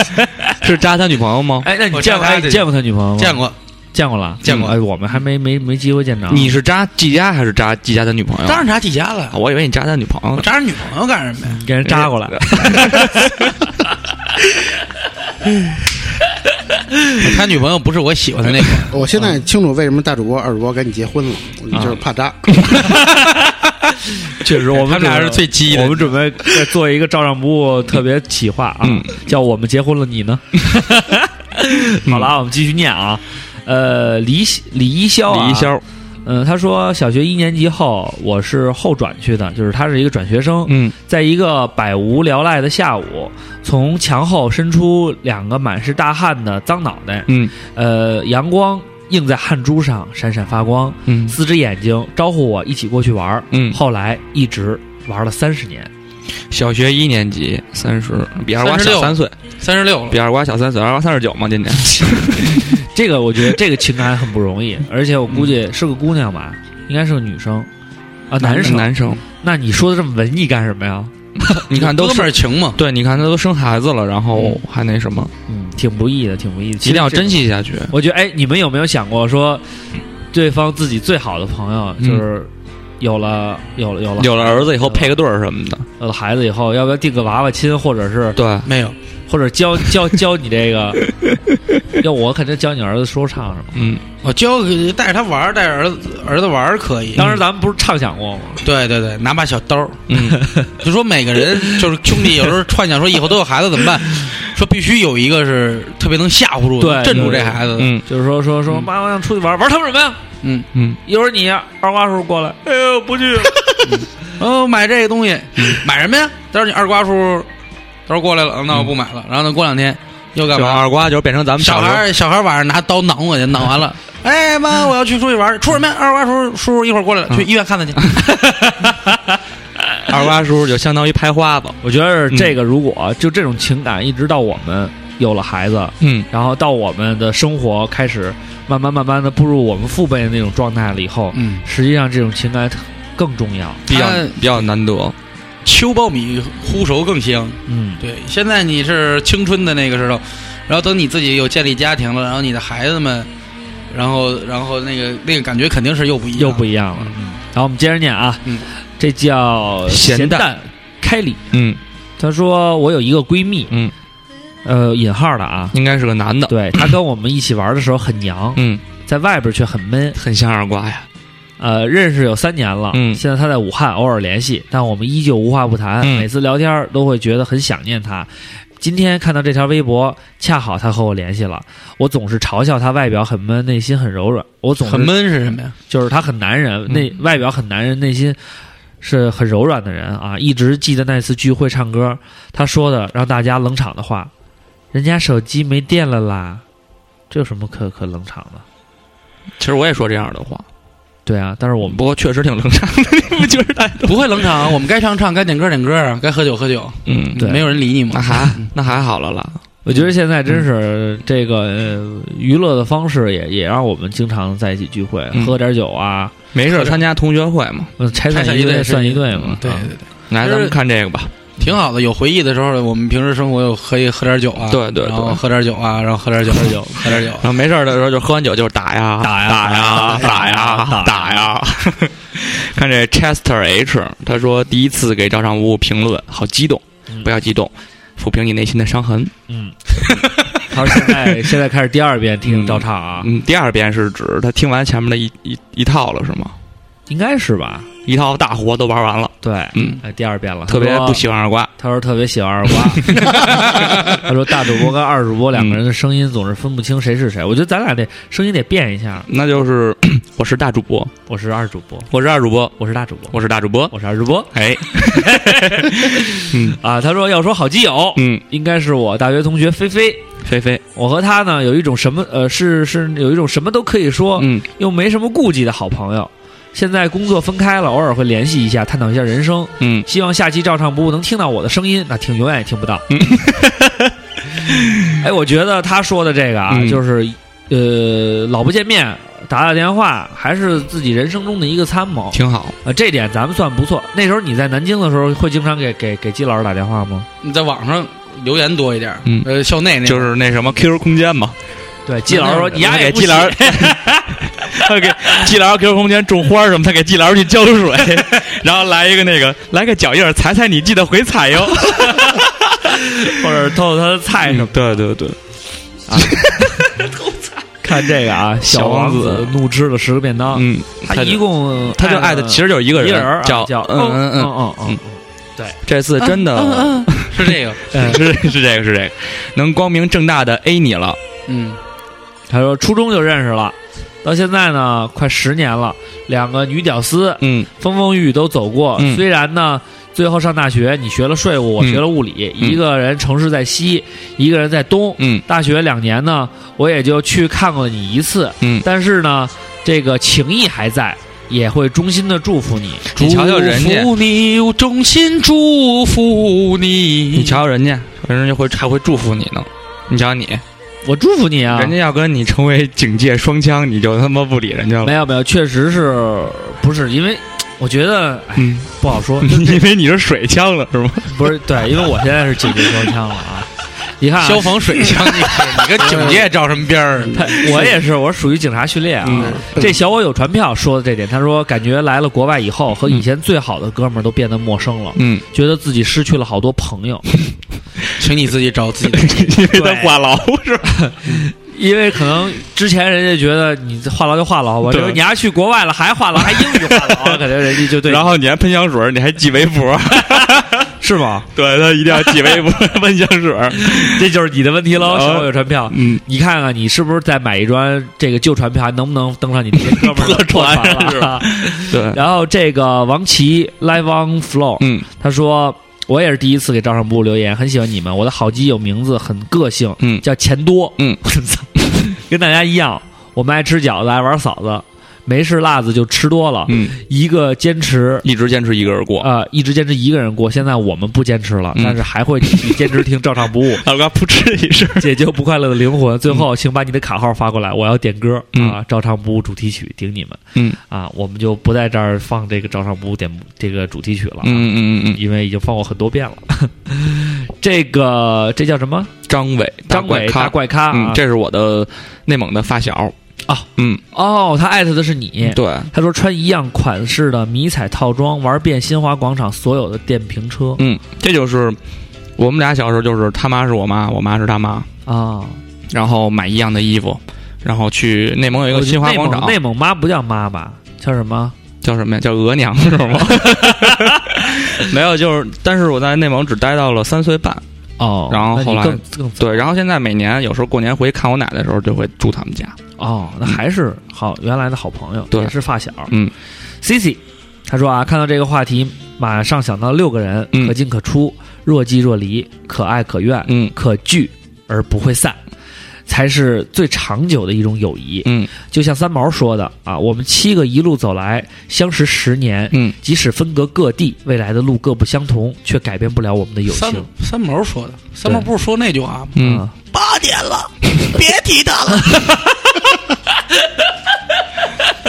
[SPEAKER 3] 是扎他女朋友吗？
[SPEAKER 1] 哎，那你
[SPEAKER 2] 我
[SPEAKER 1] 见过
[SPEAKER 2] 这还
[SPEAKER 1] 哎
[SPEAKER 2] 得
[SPEAKER 1] 你见过他女朋友吗？
[SPEAKER 2] 见过。
[SPEAKER 1] 见过了，
[SPEAKER 2] 见过
[SPEAKER 1] 哎，我们还没没没机会见着。啊
[SPEAKER 3] 你是扎季佳还是扎季佳的女朋友？
[SPEAKER 2] 当然扎季佳了
[SPEAKER 3] 啊，，我以为你扎他女朋友
[SPEAKER 2] 我
[SPEAKER 3] 呢。
[SPEAKER 2] 扎人女朋友干什么呀？
[SPEAKER 1] 给人 扎过 来，
[SPEAKER 3] 嗯
[SPEAKER 2] 他女朋友不是我喜欢的 那个，
[SPEAKER 4] 我现
[SPEAKER 3] 啊
[SPEAKER 4] 在清楚为什么大主播、二主播赶紧结婚了，就是怕扎。
[SPEAKER 1] 确实，我
[SPEAKER 2] 他
[SPEAKER 1] 们
[SPEAKER 2] 们俩是最
[SPEAKER 1] 激
[SPEAKER 2] 鸡的
[SPEAKER 1] 我们准备再做一个照上不误特别企划啊，
[SPEAKER 3] 嗯
[SPEAKER 1] 叫我们结婚了，你 呢？好了啊，我们继续念啊。呃，李李一潇、啊，
[SPEAKER 3] 李一，潇，
[SPEAKER 1] 嗯、他说小学一年级后，我是后转去的，就是他是一个转学生，
[SPEAKER 3] 嗯
[SPEAKER 1] 在一个百无聊赖的下午，从墙后伸出两个满是大汗的脏脑袋，
[SPEAKER 3] 嗯
[SPEAKER 1] 呃，阳光映在汗珠上闪闪发光，
[SPEAKER 3] 嗯
[SPEAKER 1] 四只眼睛招呼我一起过去玩儿。
[SPEAKER 3] 嗯，
[SPEAKER 1] 后来一直玩了三十 年。
[SPEAKER 3] 小学一年级，三十，比二瓜小
[SPEAKER 2] 36
[SPEAKER 3] 三岁，
[SPEAKER 2] 三十六了，
[SPEAKER 3] 比二瓜小三岁，二瓜三十九嘛，今年。
[SPEAKER 1] 这个我觉得这个情感很不容易，而且我估计是个姑娘吧，应该是个女生啊，男生。
[SPEAKER 3] 嗯 男生，
[SPEAKER 1] 那你说的这么文艺干什么呀？
[SPEAKER 3] 你看都
[SPEAKER 2] 哥们
[SPEAKER 3] 是
[SPEAKER 2] 儿情嘛，
[SPEAKER 3] 对，你看他都生孩子了，然后还那什么，
[SPEAKER 1] 嗯，挺不易的，挺不易的，
[SPEAKER 3] 一定要珍
[SPEAKER 1] 惜。
[SPEAKER 3] 惜下 去。
[SPEAKER 1] 我觉得，哎，你们有没有想过说，对方自己最好的朋友
[SPEAKER 3] 嗯
[SPEAKER 1] 就是有了、有了嗯有了
[SPEAKER 3] 有了儿子以后配个对儿什么的，
[SPEAKER 1] 有了孩子以后，要不要定个娃娃亲，或者 是
[SPEAKER 3] 对，
[SPEAKER 2] 没有，
[SPEAKER 1] 或者教教教你这个？ 要我肯定教你儿子说唱什么。
[SPEAKER 3] 嗯，
[SPEAKER 2] 我教给带着他玩儿，带着儿子儿子玩儿可以。
[SPEAKER 1] 当时咱们不是畅想过吗？
[SPEAKER 2] 对对对，拿把小刀儿，
[SPEAKER 3] 嗯
[SPEAKER 2] 就说每个人就是兄弟，有时候幻想说以后都有孩子怎么 办？说必须有一个是特别能吓唬住、
[SPEAKER 1] 对
[SPEAKER 2] 镇住
[SPEAKER 1] 对
[SPEAKER 2] 这孩子的。
[SPEAKER 3] 嗯
[SPEAKER 1] 就是说说说，妈，我想出去玩，玩他们什么呀？
[SPEAKER 2] 嗯，
[SPEAKER 3] 嗯，
[SPEAKER 1] 一会儿你二瓜叔叔过来，哎呦，不去了。
[SPEAKER 2] 哦，买这个东西，买什么呀？到时候你二瓜叔到时候过来了，那我不买了。然后呢，过两天又干
[SPEAKER 3] 就
[SPEAKER 2] 嘛？
[SPEAKER 3] 二瓜就变成咱们
[SPEAKER 2] 嗯小
[SPEAKER 3] 时
[SPEAKER 2] 孩
[SPEAKER 3] 候
[SPEAKER 2] 儿小孩儿晚上拿刀攮我去，攮完了，哎妈，我要去出去玩儿，出什么呀？二瓜叔叔叔一会儿过来了，去医院看他去。
[SPEAKER 3] 二瓜叔叔就相当于拍花子，
[SPEAKER 1] 我觉得这个如果就这种情感一直到我们有了孩子，
[SPEAKER 3] 嗯
[SPEAKER 1] 然后到我们的生活开始慢慢慢慢的步入我们父辈的那种状态了以后，
[SPEAKER 2] 嗯，
[SPEAKER 1] 实际上这种情感更重要。
[SPEAKER 3] 比较
[SPEAKER 2] 他
[SPEAKER 3] 比较难得，
[SPEAKER 2] 秋苞米烀熟更香。
[SPEAKER 1] 嗯，
[SPEAKER 2] 对，现在你是青春的那个时候，然后等你自己有建立家庭了，然后你的孩子们，然后然后那个那个感觉肯定是又不一样，
[SPEAKER 1] 又不一样
[SPEAKER 3] 嗯
[SPEAKER 1] 了。然后我们接着念啊，
[SPEAKER 2] 嗯
[SPEAKER 1] 这叫
[SPEAKER 3] 咸
[SPEAKER 1] 蛋
[SPEAKER 3] 蛋
[SPEAKER 1] 开里。
[SPEAKER 3] 嗯，
[SPEAKER 1] 她说我有一个闺蜜，
[SPEAKER 3] 嗯，
[SPEAKER 1] 呃，引号的啊，
[SPEAKER 3] 应该是个男的，
[SPEAKER 1] 对她跟我们一起玩的时候很娘，
[SPEAKER 3] 嗯，
[SPEAKER 1] 在外边却很闷。
[SPEAKER 3] 很像二瓜呀，
[SPEAKER 1] 呃，认识有三年了，
[SPEAKER 3] 嗯
[SPEAKER 1] 现在他在武汉，偶尔联系，但我们依旧无话不谈，
[SPEAKER 3] 嗯
[SPEAKER 1] 每次聊天都会觉得很想念他。今天看到这条微博，恰好他和我联系了，我总是嘲笑他外表很闷，内心很柔软。我总是
[SPEAKER 2] 很闷是什么呀？
[SPEAKER 1] 就是他很男人，内
[SPEAKER 3] 嗯
[SPEAKER 1] 外表很男人，内心是很柔软的人啊。一直记得那次聚会唱歌，他说的让大家冷场的话，人家手机没电了啦，这有什么可可冷场的？
[SPEAKER 3] 其实我也说这样的话，
[SPEAKER 1] 对啊，但是我们
[SPEAKER 3] 不过确实挺冷场的，你们觉得大家都
[SPEAKER 2] 不会冷场，我们该唱唱，该点歌点歌啊，该喝酒喝酒，
[SPEAKER 3] 嗯
[SPEAKER 1] 对
[SPEAKER 2] 没有人理你嘛
[SPEAKER 3] 那。还那还好了啦，
[SPEAKER 1] 我觉得现在真是
[SPEAKER 3] 嗯
[SPEAKER 1] 这个、呃、娱乐的方式也也让我们经常在一起聚会，
[SPEAKER 3] 嗯
[SPEAKER 1] 喝点酒啊，
[SPEAKER 3] 没事儿参加同学会嘛，
[SPEAKER 1] 呃拆
[SPEAKER 2] 拆
[SPEAKER 1] 散
[SPEAKER 2] 散
[SPEAKER 1] 一
[SPEAKER 2] 一队是
[SPEAKER 1] 算一
[SPEAKER 2] 一
[SPEAKER 1] 队
[SPEAKER 3] 嗯
[SPEAKER 1] 嘛。
[SPEAKER 2] 对
[SPEAKER 1] 啊
[SPEAKER 2] 对对，
[SPEAKER 3] 来咱们看这个吧，
[SPEAKER 2] 挺好的。有回忆的时候，我们平时生活又可以喝点酒啊，
[SPEAKER 3] 对对
[SPEAKER 2] 然后
[SPEAKER 3] 对。
[SPEAKER 2] 喝点酒啊，然后喝点酒，喝点酒，喝点酒。
[SPEAKER 3] 然后没事儿的时候就喝完酒就是打呀
[SPEAKER 1] 打呀
[SPEAKER 3] 打呀
[SPEAKER 1] 打
[SPEAKER 3] 打
[SPEAKER 1] 呀
[SPEAKER 3] 呀
[SPEAKER 1] 打
[SPEAKER 3] 打呀， 看这 Chester H，他说第一次给照常无误评论，好激动，
[SPEAKER 1] 嗯
[SPEAKER 3] 不要激动，抚平你内心的伤痕。
[SPEAKER 1] 嗯， 他说现在现在开始第二遍听照唱啊，
[SPEAKER 3] 嗯，第二遍是指他听完前面的一一一套了是吗？
[SPEAKER 1] 应该是吧？
[SPEAKER 3] 一套大活都玩完了，
[SPEAKER 1] 对，
[SPEAKER 3] 嗯，
[SPEAKER 1] 哎，第二遍了，
[SPEAKER 3] 特别
[SPEAKER 1] 他说
[SPEAKER 3] 不喜欢二瓜，
[SPEAKER 1] 他说特别喜欢二 瓜，他说大主播跟二主播两个人的声音总是分不清谁是谁，我觉得咱俩这声音得变一下，
[SPEAKER 3] 那就是 我是大主播，
[SPEAKER 1] 我是二主播，
[SPEAKER 3] 我是二主播，
[SPEAKER 1] 我是大主播，
[SPEAKER 3] 我是大主播，
[SPEAKER 1] 我是二主播
[SPEAKER 3] 哎，
[SPEAKER 1] 啊。他说要说好基友，
[SPEAKER 3] 嗯，
[SPEAKER 1] 应该是我大学同学菲菲，
[SPEAKER 3] 菲菲，
[SPEAKER 1] 我和他呢有一种什么呃是是有一种什么都可以说，
[SPEAKER 3] 嗯
[SPEAKER 1] 又没什么顾忌的好朋友。现在工作分开了，偶尔会联系一下，探讨一下人生。
[SPEAKER 3] 嗯，
[SPEAKER 1] 希望下期照唱不误能听到我的声音，那听永远也听不到。哎，我觉得他说的这个啊，
[SPEAKER 3] 嗯
[SPEAKER 1] 就是呃，老不见面，打打电话，还是自己人生中的一个参谋。
[SPEAKER 3] 挺好，
[SPEAKER 1] 呃，这点咱们算不错。那时候你在南京的时候，会经常给给给季老师打电话吗？
[SPEAKER 2] 你在网上留言多一点，
[SPEAKER 3] 嗯
[SPEAKER 2] 呃，校内那
[SPEAKER 3] 就是那什么 QQ 空间嘛，
[SPEAKER 1] 对，季老师说你丫
[SPEAKER 3] 我
[SPEAKER 1] 也
[SPEAKER 3] 给
[SPEAKER 1] 不
[SPEAKER 3] 季老师
[SPEAKER 1] 写，
[SPEAKER 3] 他给季老师 QQ 空间种花什么，他给季老师去浇 水，然后来一个那个来个脚印儿，踩踩你记得回踩 哟，
[SPEAKER 1] 或者偷偷他的菜什么。
[SPEAKER 3] 对嗯对对，
[SPEAKER 1] 看这个啊，
[SPEAKER 3] 小
[SPEAKER 1] 王
[SPEAKER 3] 王子
[SPEAKER 1] 怒吃了十个便当，
[SPEAKER 3] 嗯，
[SPEAKER 1] 他一共
[SPEAKER 3] 他就爱的其实就是一个
[SPEAKER 1] 一
[SPEAKER 3] 人
[SPEAKER 1] 人儿啊，
[SPEAKER 3] 叫
[SPEAKER 1] 叫
[SPEAKER 3] 嗯嗯嗯，
[SPEAKER 1] 嗯嗯
[SPEAKER 3] 这次真的
[SPEAKER 2] 是这个，
[SPEAKER 1] 嗯，
[SPEAKER 3] 是是这个是这个，能光明正大的 A 你了，
[SPEAKER 2] 嗯，
[SPEAKER 1] 他说初中就认识了，到现在呢快十年了，两个女屌丝
[SPEAKER 3] 嗯
[SPEAKER 1] 风风雨雨都走过。
[SPEAKER 3] 嗯
[SPEAKER 1] 虽然呢，最后上大学你学了税务，我
[SPEAKER 3] 嗯
[SPEAKER 1] 学了物理，
[SPEAKER 3] 嗯
[SPEAKER 1] 一个人城市在西，一个人在东。
[SPEAKER 3] 嗯
[SPEAKER 1] 大学两年呢，我也就去看过你一次，
[SPEAKER 3] 嗯，
[SPEAKER 1] 但是呢，这个情谊还在，也会衷心的祝福你。
[SPEAKER 3] 你瞧瞧人家
[SPEAKER 2] 祝福你，我衷心祝福你。
[SPEAKER 3] 你瞧瞧人家，人家会还会祝福你呢，你瞧你，
[SPEAKER 1] 我祝福你啊！
[SPEAKER 3] 人家要跟你成为警戒双枪，你就他妈不理人家了，
[SPEAKER 1] 没有没有，确实是不是因为我觉得哎
[SPEAKER 3] 嗯，
[SPEAKER 1] 不好 说，
[SPEAKER 3] 因为你是水枪了是吗？
[SPEAKER 1] 不是对，因为我现在是警戒双枪了 啊。你看、啊，
[SPEAKER 2] 消防水枪， 你你跟警戒照什么边儿？
[SPEAKER 1] 他我也是，我属于警察序列啊。
[SPEAKER 3] 嗯
[SPEAKER 1] 这小我有传票说的这点，他说感觉来了国外以后，和以前最好的哥们儿都变得陌生 了，
[SPEAKER 3] 嗯，
[SPEAKER 1] 觉得自己失去了好多朋友，
[SPEAKER 2] 请你自己找自己的。
[SPEAKER 3] 因为他话痨是吧？
[SPEAKER 1] 因为可能之前人家觉得你话痨就话痨吧，
[SPEAKER 3] 对
[SPEAKER 1] 就是你还去国外了还话痨，还英语话 痨，感觉人家就对你，
[SPEAKER 3] 然后你还喷香水，你还记微博，
[SPEAKER 1] 是吗？
[SPEAKER 3] 对他一定要记微博 喷香水。
[SPEAKER 1] 这就是你的问题喽，
[SPEAKER 3] 啊
[SPEAKER 1] 小我有传票。
[SPEAKER 3] 嗯，
[SPEAKER 1] 你看看，你是不是再买一张这个旧船票，还能不能登上你 这些哥们儿的破
[SPEAKER 3] 船
[SPEAKER 1] 船
[SPEAKER 3] 嗯是
[SPEAKER 1] 了？
[SPEAKER 3] 对，
[SPEAKER 1] 然后这个王琦 Live on Floor，
[SPEAKER 3] 嗯
[SPEAKER 1] 他说：“我也是第一次给招商部留言，很喜欢你们。我的好基友名字很个性，
[SPEAKER 3] 嗯
[SPEAKER 1] 叫钱多。
[SPEAKER 3] 嗯，
[SPEAKER 1] 跟大家一样，我们爱吃饺子，爱玩嫂子，没事辣子就吃多了。
[SPEAKER 3] 嗯，啊
[SPEAKER 1] 一个坚持
[SPEAKER 3] 一直坚持一个人过。
[SPEAKER 1] 呃，一直坚持一个人过。现在我们不坚持了，
[SPEAKER 3] 嗯
[SPEAKER 1] 但是还会继续坚持听照常不误，
[SPEAKER 3] 大哥扑哧一 声，
[SPEAKER 1] 解救不快乐的灵魂。最后，请把你的卡号发过来，我要点歌、
[SPEAKER 3] 嗯
[SPEAKER 1] 啊，照常不误主题曲，顶你们。
[SPEAKER 3] 嗯
[SPEAKER 1] 啊，我们就不在这儿放这个照常不误点这个主题曲了。
[SPEAKER 3] 嗯嗯嗯嗯，
[SPEAKER 1] 因为已经放过很多遍了。 这个这叫什么？
[SPEAKER 3] 张伟，
[SPEAKER 1] 张伟大
[SPEAKER 3] 咖，
[SPEAKER 1] 怪咖啊
[SPEAKER 3] 嗯，！这是我的内蒙的发小
[SPEAKER 1] 啊，
[SPEAKER 3] 嗯，
[SPEAKER 1] 哦，他艾特的是你。
[SPEAKER 3] 对，
[SPEAKER 1] 他说穿一样款式的迷彩套装，玩遍新华广场所有的电瓶车
[SPEAKER 3] 嗯，这就是我们俩小时候，就是他妈是我妈，我妈是他妈，
[SPEAKER 1] 啊！
[SPEAKER 3] 然后买一样的衣服，然后去内蒙有一个新华广
[SPEAKER 1] 内
[SPEAKER 3] 场
[SPEAKER 1] 蒙，内蒙妈不叫妈吧？叫什么？
[SPEAKER 3] 叫什么呀？叫额娘 是吗？没有，就是，但是我在内蒙只待到了三岁半，
[SPEAKER 1] 哦，
[SPEAKER 3] 然后
[SPEAKER 1] 那你
[SPEAKER 3] 后来
[SPEAKER 1] 更更早
[SPEAKER 3] 对，然后现在每年有时候过年回看我奶奶的时候，就会住他们家。
[SPEAKER 1] 哦，那还是好原来的好朋友，
[SPEAKER 3] 对
[SPEAKER 1] 也是发小。
[SPEAKER 3] 嗯
[SPEAKER 1] ，C C，他说啊，看到这个话题，马上想到六个人，
[SPEAKER 3] 嗯
[SPEAKER 1] 可进可出，若即若离，可爱可怨，
[SPEAKER 3] 嗯
[SPEAKER 1] 可聚而不会散，才是最长久的一种友谊。
[SPEAKER 3] 嗯
[SPEAKER 1] 就像三毛说的啊，我们七个一路走来，相识十年，
[SPEAKER 3] 嗯，
[SPEAKER 1] 即使分隔各地，未来的路各不相同，却改变不了我们的友
[SPEAKER 2] 三
[SPEAKER 1] 情。啊
[SPEAKER 2] 三毛说的，三毛
[SPEAKER 1] 对
[SPEAKER 2] 不是说那句话吗？
[SPEAKER 3] 嗯
[SPEAKER 1] 啊，
[SPEAKER 2] 八点了，别提他了。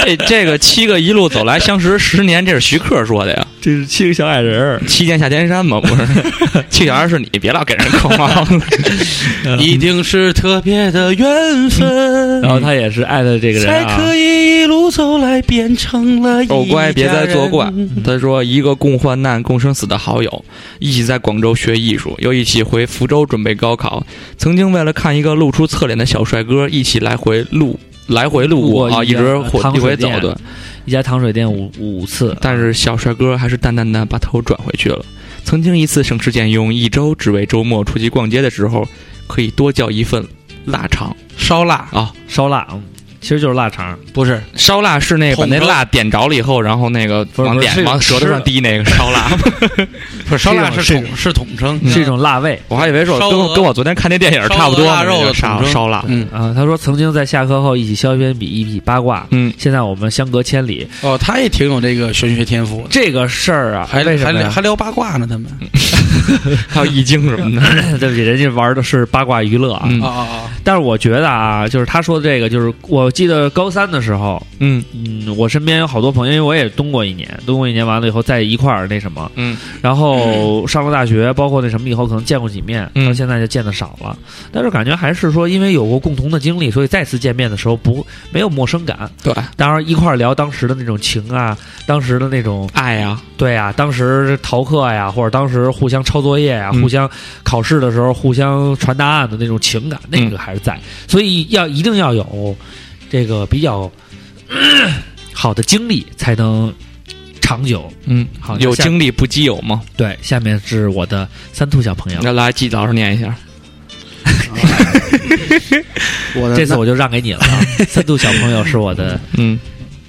[SPEAKER 3] 这这个七个一路走来相识十年，这是徐克说的呀。
[SPEAKER 1] 这是七个小矮人儿。
[SPEAKER 3] 七剑下天山嘛，不是？ 七小二是你，别老给人扣帽子。
[SPEAKER 2] 一定是特别的缘分，
[SPEAKER 1] 嗯然后他也是爱的这个人
[SPEAKER 2] 才
[SPEAKER 1] 啊
[SPEAKER 2] 可，以一路走来变成了一家
[SPEAKER 3] 哦，
[SPEAKER 2] 人。
[SPEAKER 3] 乖，别再作怪。他说，一个共患难、共生死的好友，一起在广州学艺术，又一起回福州准备高考。曾经为了看一个露出侧脸的小帅哥，一起来回路来回路过
[SPEAKER 1] 路过
[SPEAKER 3] 啊，
[SPEAKER 1] 一
[SPEAKER 3] 一直
[SPEAKER 1] 家
[SPEAKER 3] 回
[SPEAKER 1] 糖
[SPEAKER 3] 一
[SPEAKER 1] 水
[SPEAKER 3] 回走
[SPEAKER 1] 店
[SPEAKER 3] 的。
[SPEAKER 1] 一家糖水店五五次，
[SPEAKER 3] 但是小帅哥还是淡淡的把头转回去了。曾经一次省吃俭用一周，只为周末出去逛街的时候，可以多叫一份腊肠
[SPEAKER 2] 烧腊
[SPEAKER 3] 啊。
[SPEAKER 1] 烧腊，嗯其实就是腊肠，
[SPEAKER 2] 不是
[SPEAKER 3] 烧腊是那个把
[SPEAKER 2] 捅
[SPEAKER 3] 那
[SPEAKER 2] 着
[SPEAKER 3] 腊点着了以后，然后那个
[SPEAKER 1] 是
[SPEAKER 3] 往
[SPEAKER 1] 不是是
[SPEAKER 3] 脸往舌头上滴那个烧腊。
[SPEAKER 2] 不是烧腊
[SPEAKER 1] 是一种
[SPEAKER 2] 是
[SPEAKER 1] 是一
[SPEAKER 2] 统是统称，
[SPEAKER 3] 嗯
[SPEAKER 1] 是一种腊味
[SPEAKER 3] 我还以为是我
[SPEAKER 2] 烧
[SPEAKER 3] 跟
[SPEAKER 2] 鹅
[SPEAKER 3] 我跟我昨天看那电影差不多呢，
[SPEAKER 2] 烧鹅腊肉
[SPEAKER 3] 那
[SPEAKER 2] 的
[SPEAKER 3] 个烧
[SPEAKER 2] 统称
[SPEAKER 3] 烧腊。
[SPEAKER 2] 嗯
[SPEAKER 1] 啊。他说曾经在下课后一起削铅笔，一起八卦，
[SPEAKER 3] 嗯，
[SPEAKER 1] 现在我们相隔千里，
[SPEAKER 2] 哦，他也挺有这个玄学天赋的，
[SPEAKER 1] 这个事儿啊，
[SPEAKER 2] 还
[SPEAKER 1] 为什
[SPEAKER 2] 还
[SPEAKER 1] 么
[SPEAKER 2] 聊
[SPEAKER 1] 呀？嗯
[SPEAKER 2] 还聊八卦呢，他们
[SPEAKER 3] 还有易经什么 的。
[SPEAKER 1] 对不起，人家玩的是八卦娱乐啊。
[SPEAKER 3] 嗯
[SPEAKER 2] 啊啊啊！
[SPEAKER 1] 但是我觉得啊，就是他说的这个，就是我记得高三的时候，
[SPEAKER 3] 嗯
[SPEAKER 1] 嗯，我身边有好多朋友，因为我也蹲过一年，蹲过一年完了以后在一块儿那什么，
[SPEAKER 3] 嗯，
[SPEAKER 1] 然后上了大学，包括那什么以后可能见过几面，
[SPEAKER 3] 嗯
[SPEAKER 1] 到现在就见的少了。但是感觉还是说，因为有过共同的经历，所以再次见面的时候不没有陌生感。
[SPEAKER 3] 对，
[SPEAKER 1] 当然一块儿聊当时的那种情啊，当时的那种
[SPEAKER 2] 哎
[SPEAKER 3] 爱呀，
[SPEAKER 1] 对呀、当时逃课呀，或者当时互相抄作业呀，
[SPEAKER 3] 嗯
[SPEAKER 1] 互相考试的时候互相传答案的那种情感，
[SPEAKER 3] 嗯
[SPEAKER 1] 那个还是在，所以要一定要有这个比较、 咳好的经历，才能长久。
[SPEAKER 3] 嗯，
[SPEAKER 1] 好
[SPEAKER 3] 有
[SPEAKER 1] 那下
[SPEAKER 3] 经历不基友嘛？
[SPEAKER 1] 对，下面是我的三兔小朋友，
[SPEAKER 3] 那来季老师念一下，
[SPEAKER 4] 我的
[SPEAKER 1] 这次我就让给你了啊。三兔小朋友是我的，
[SPEAKER 3] 嗯，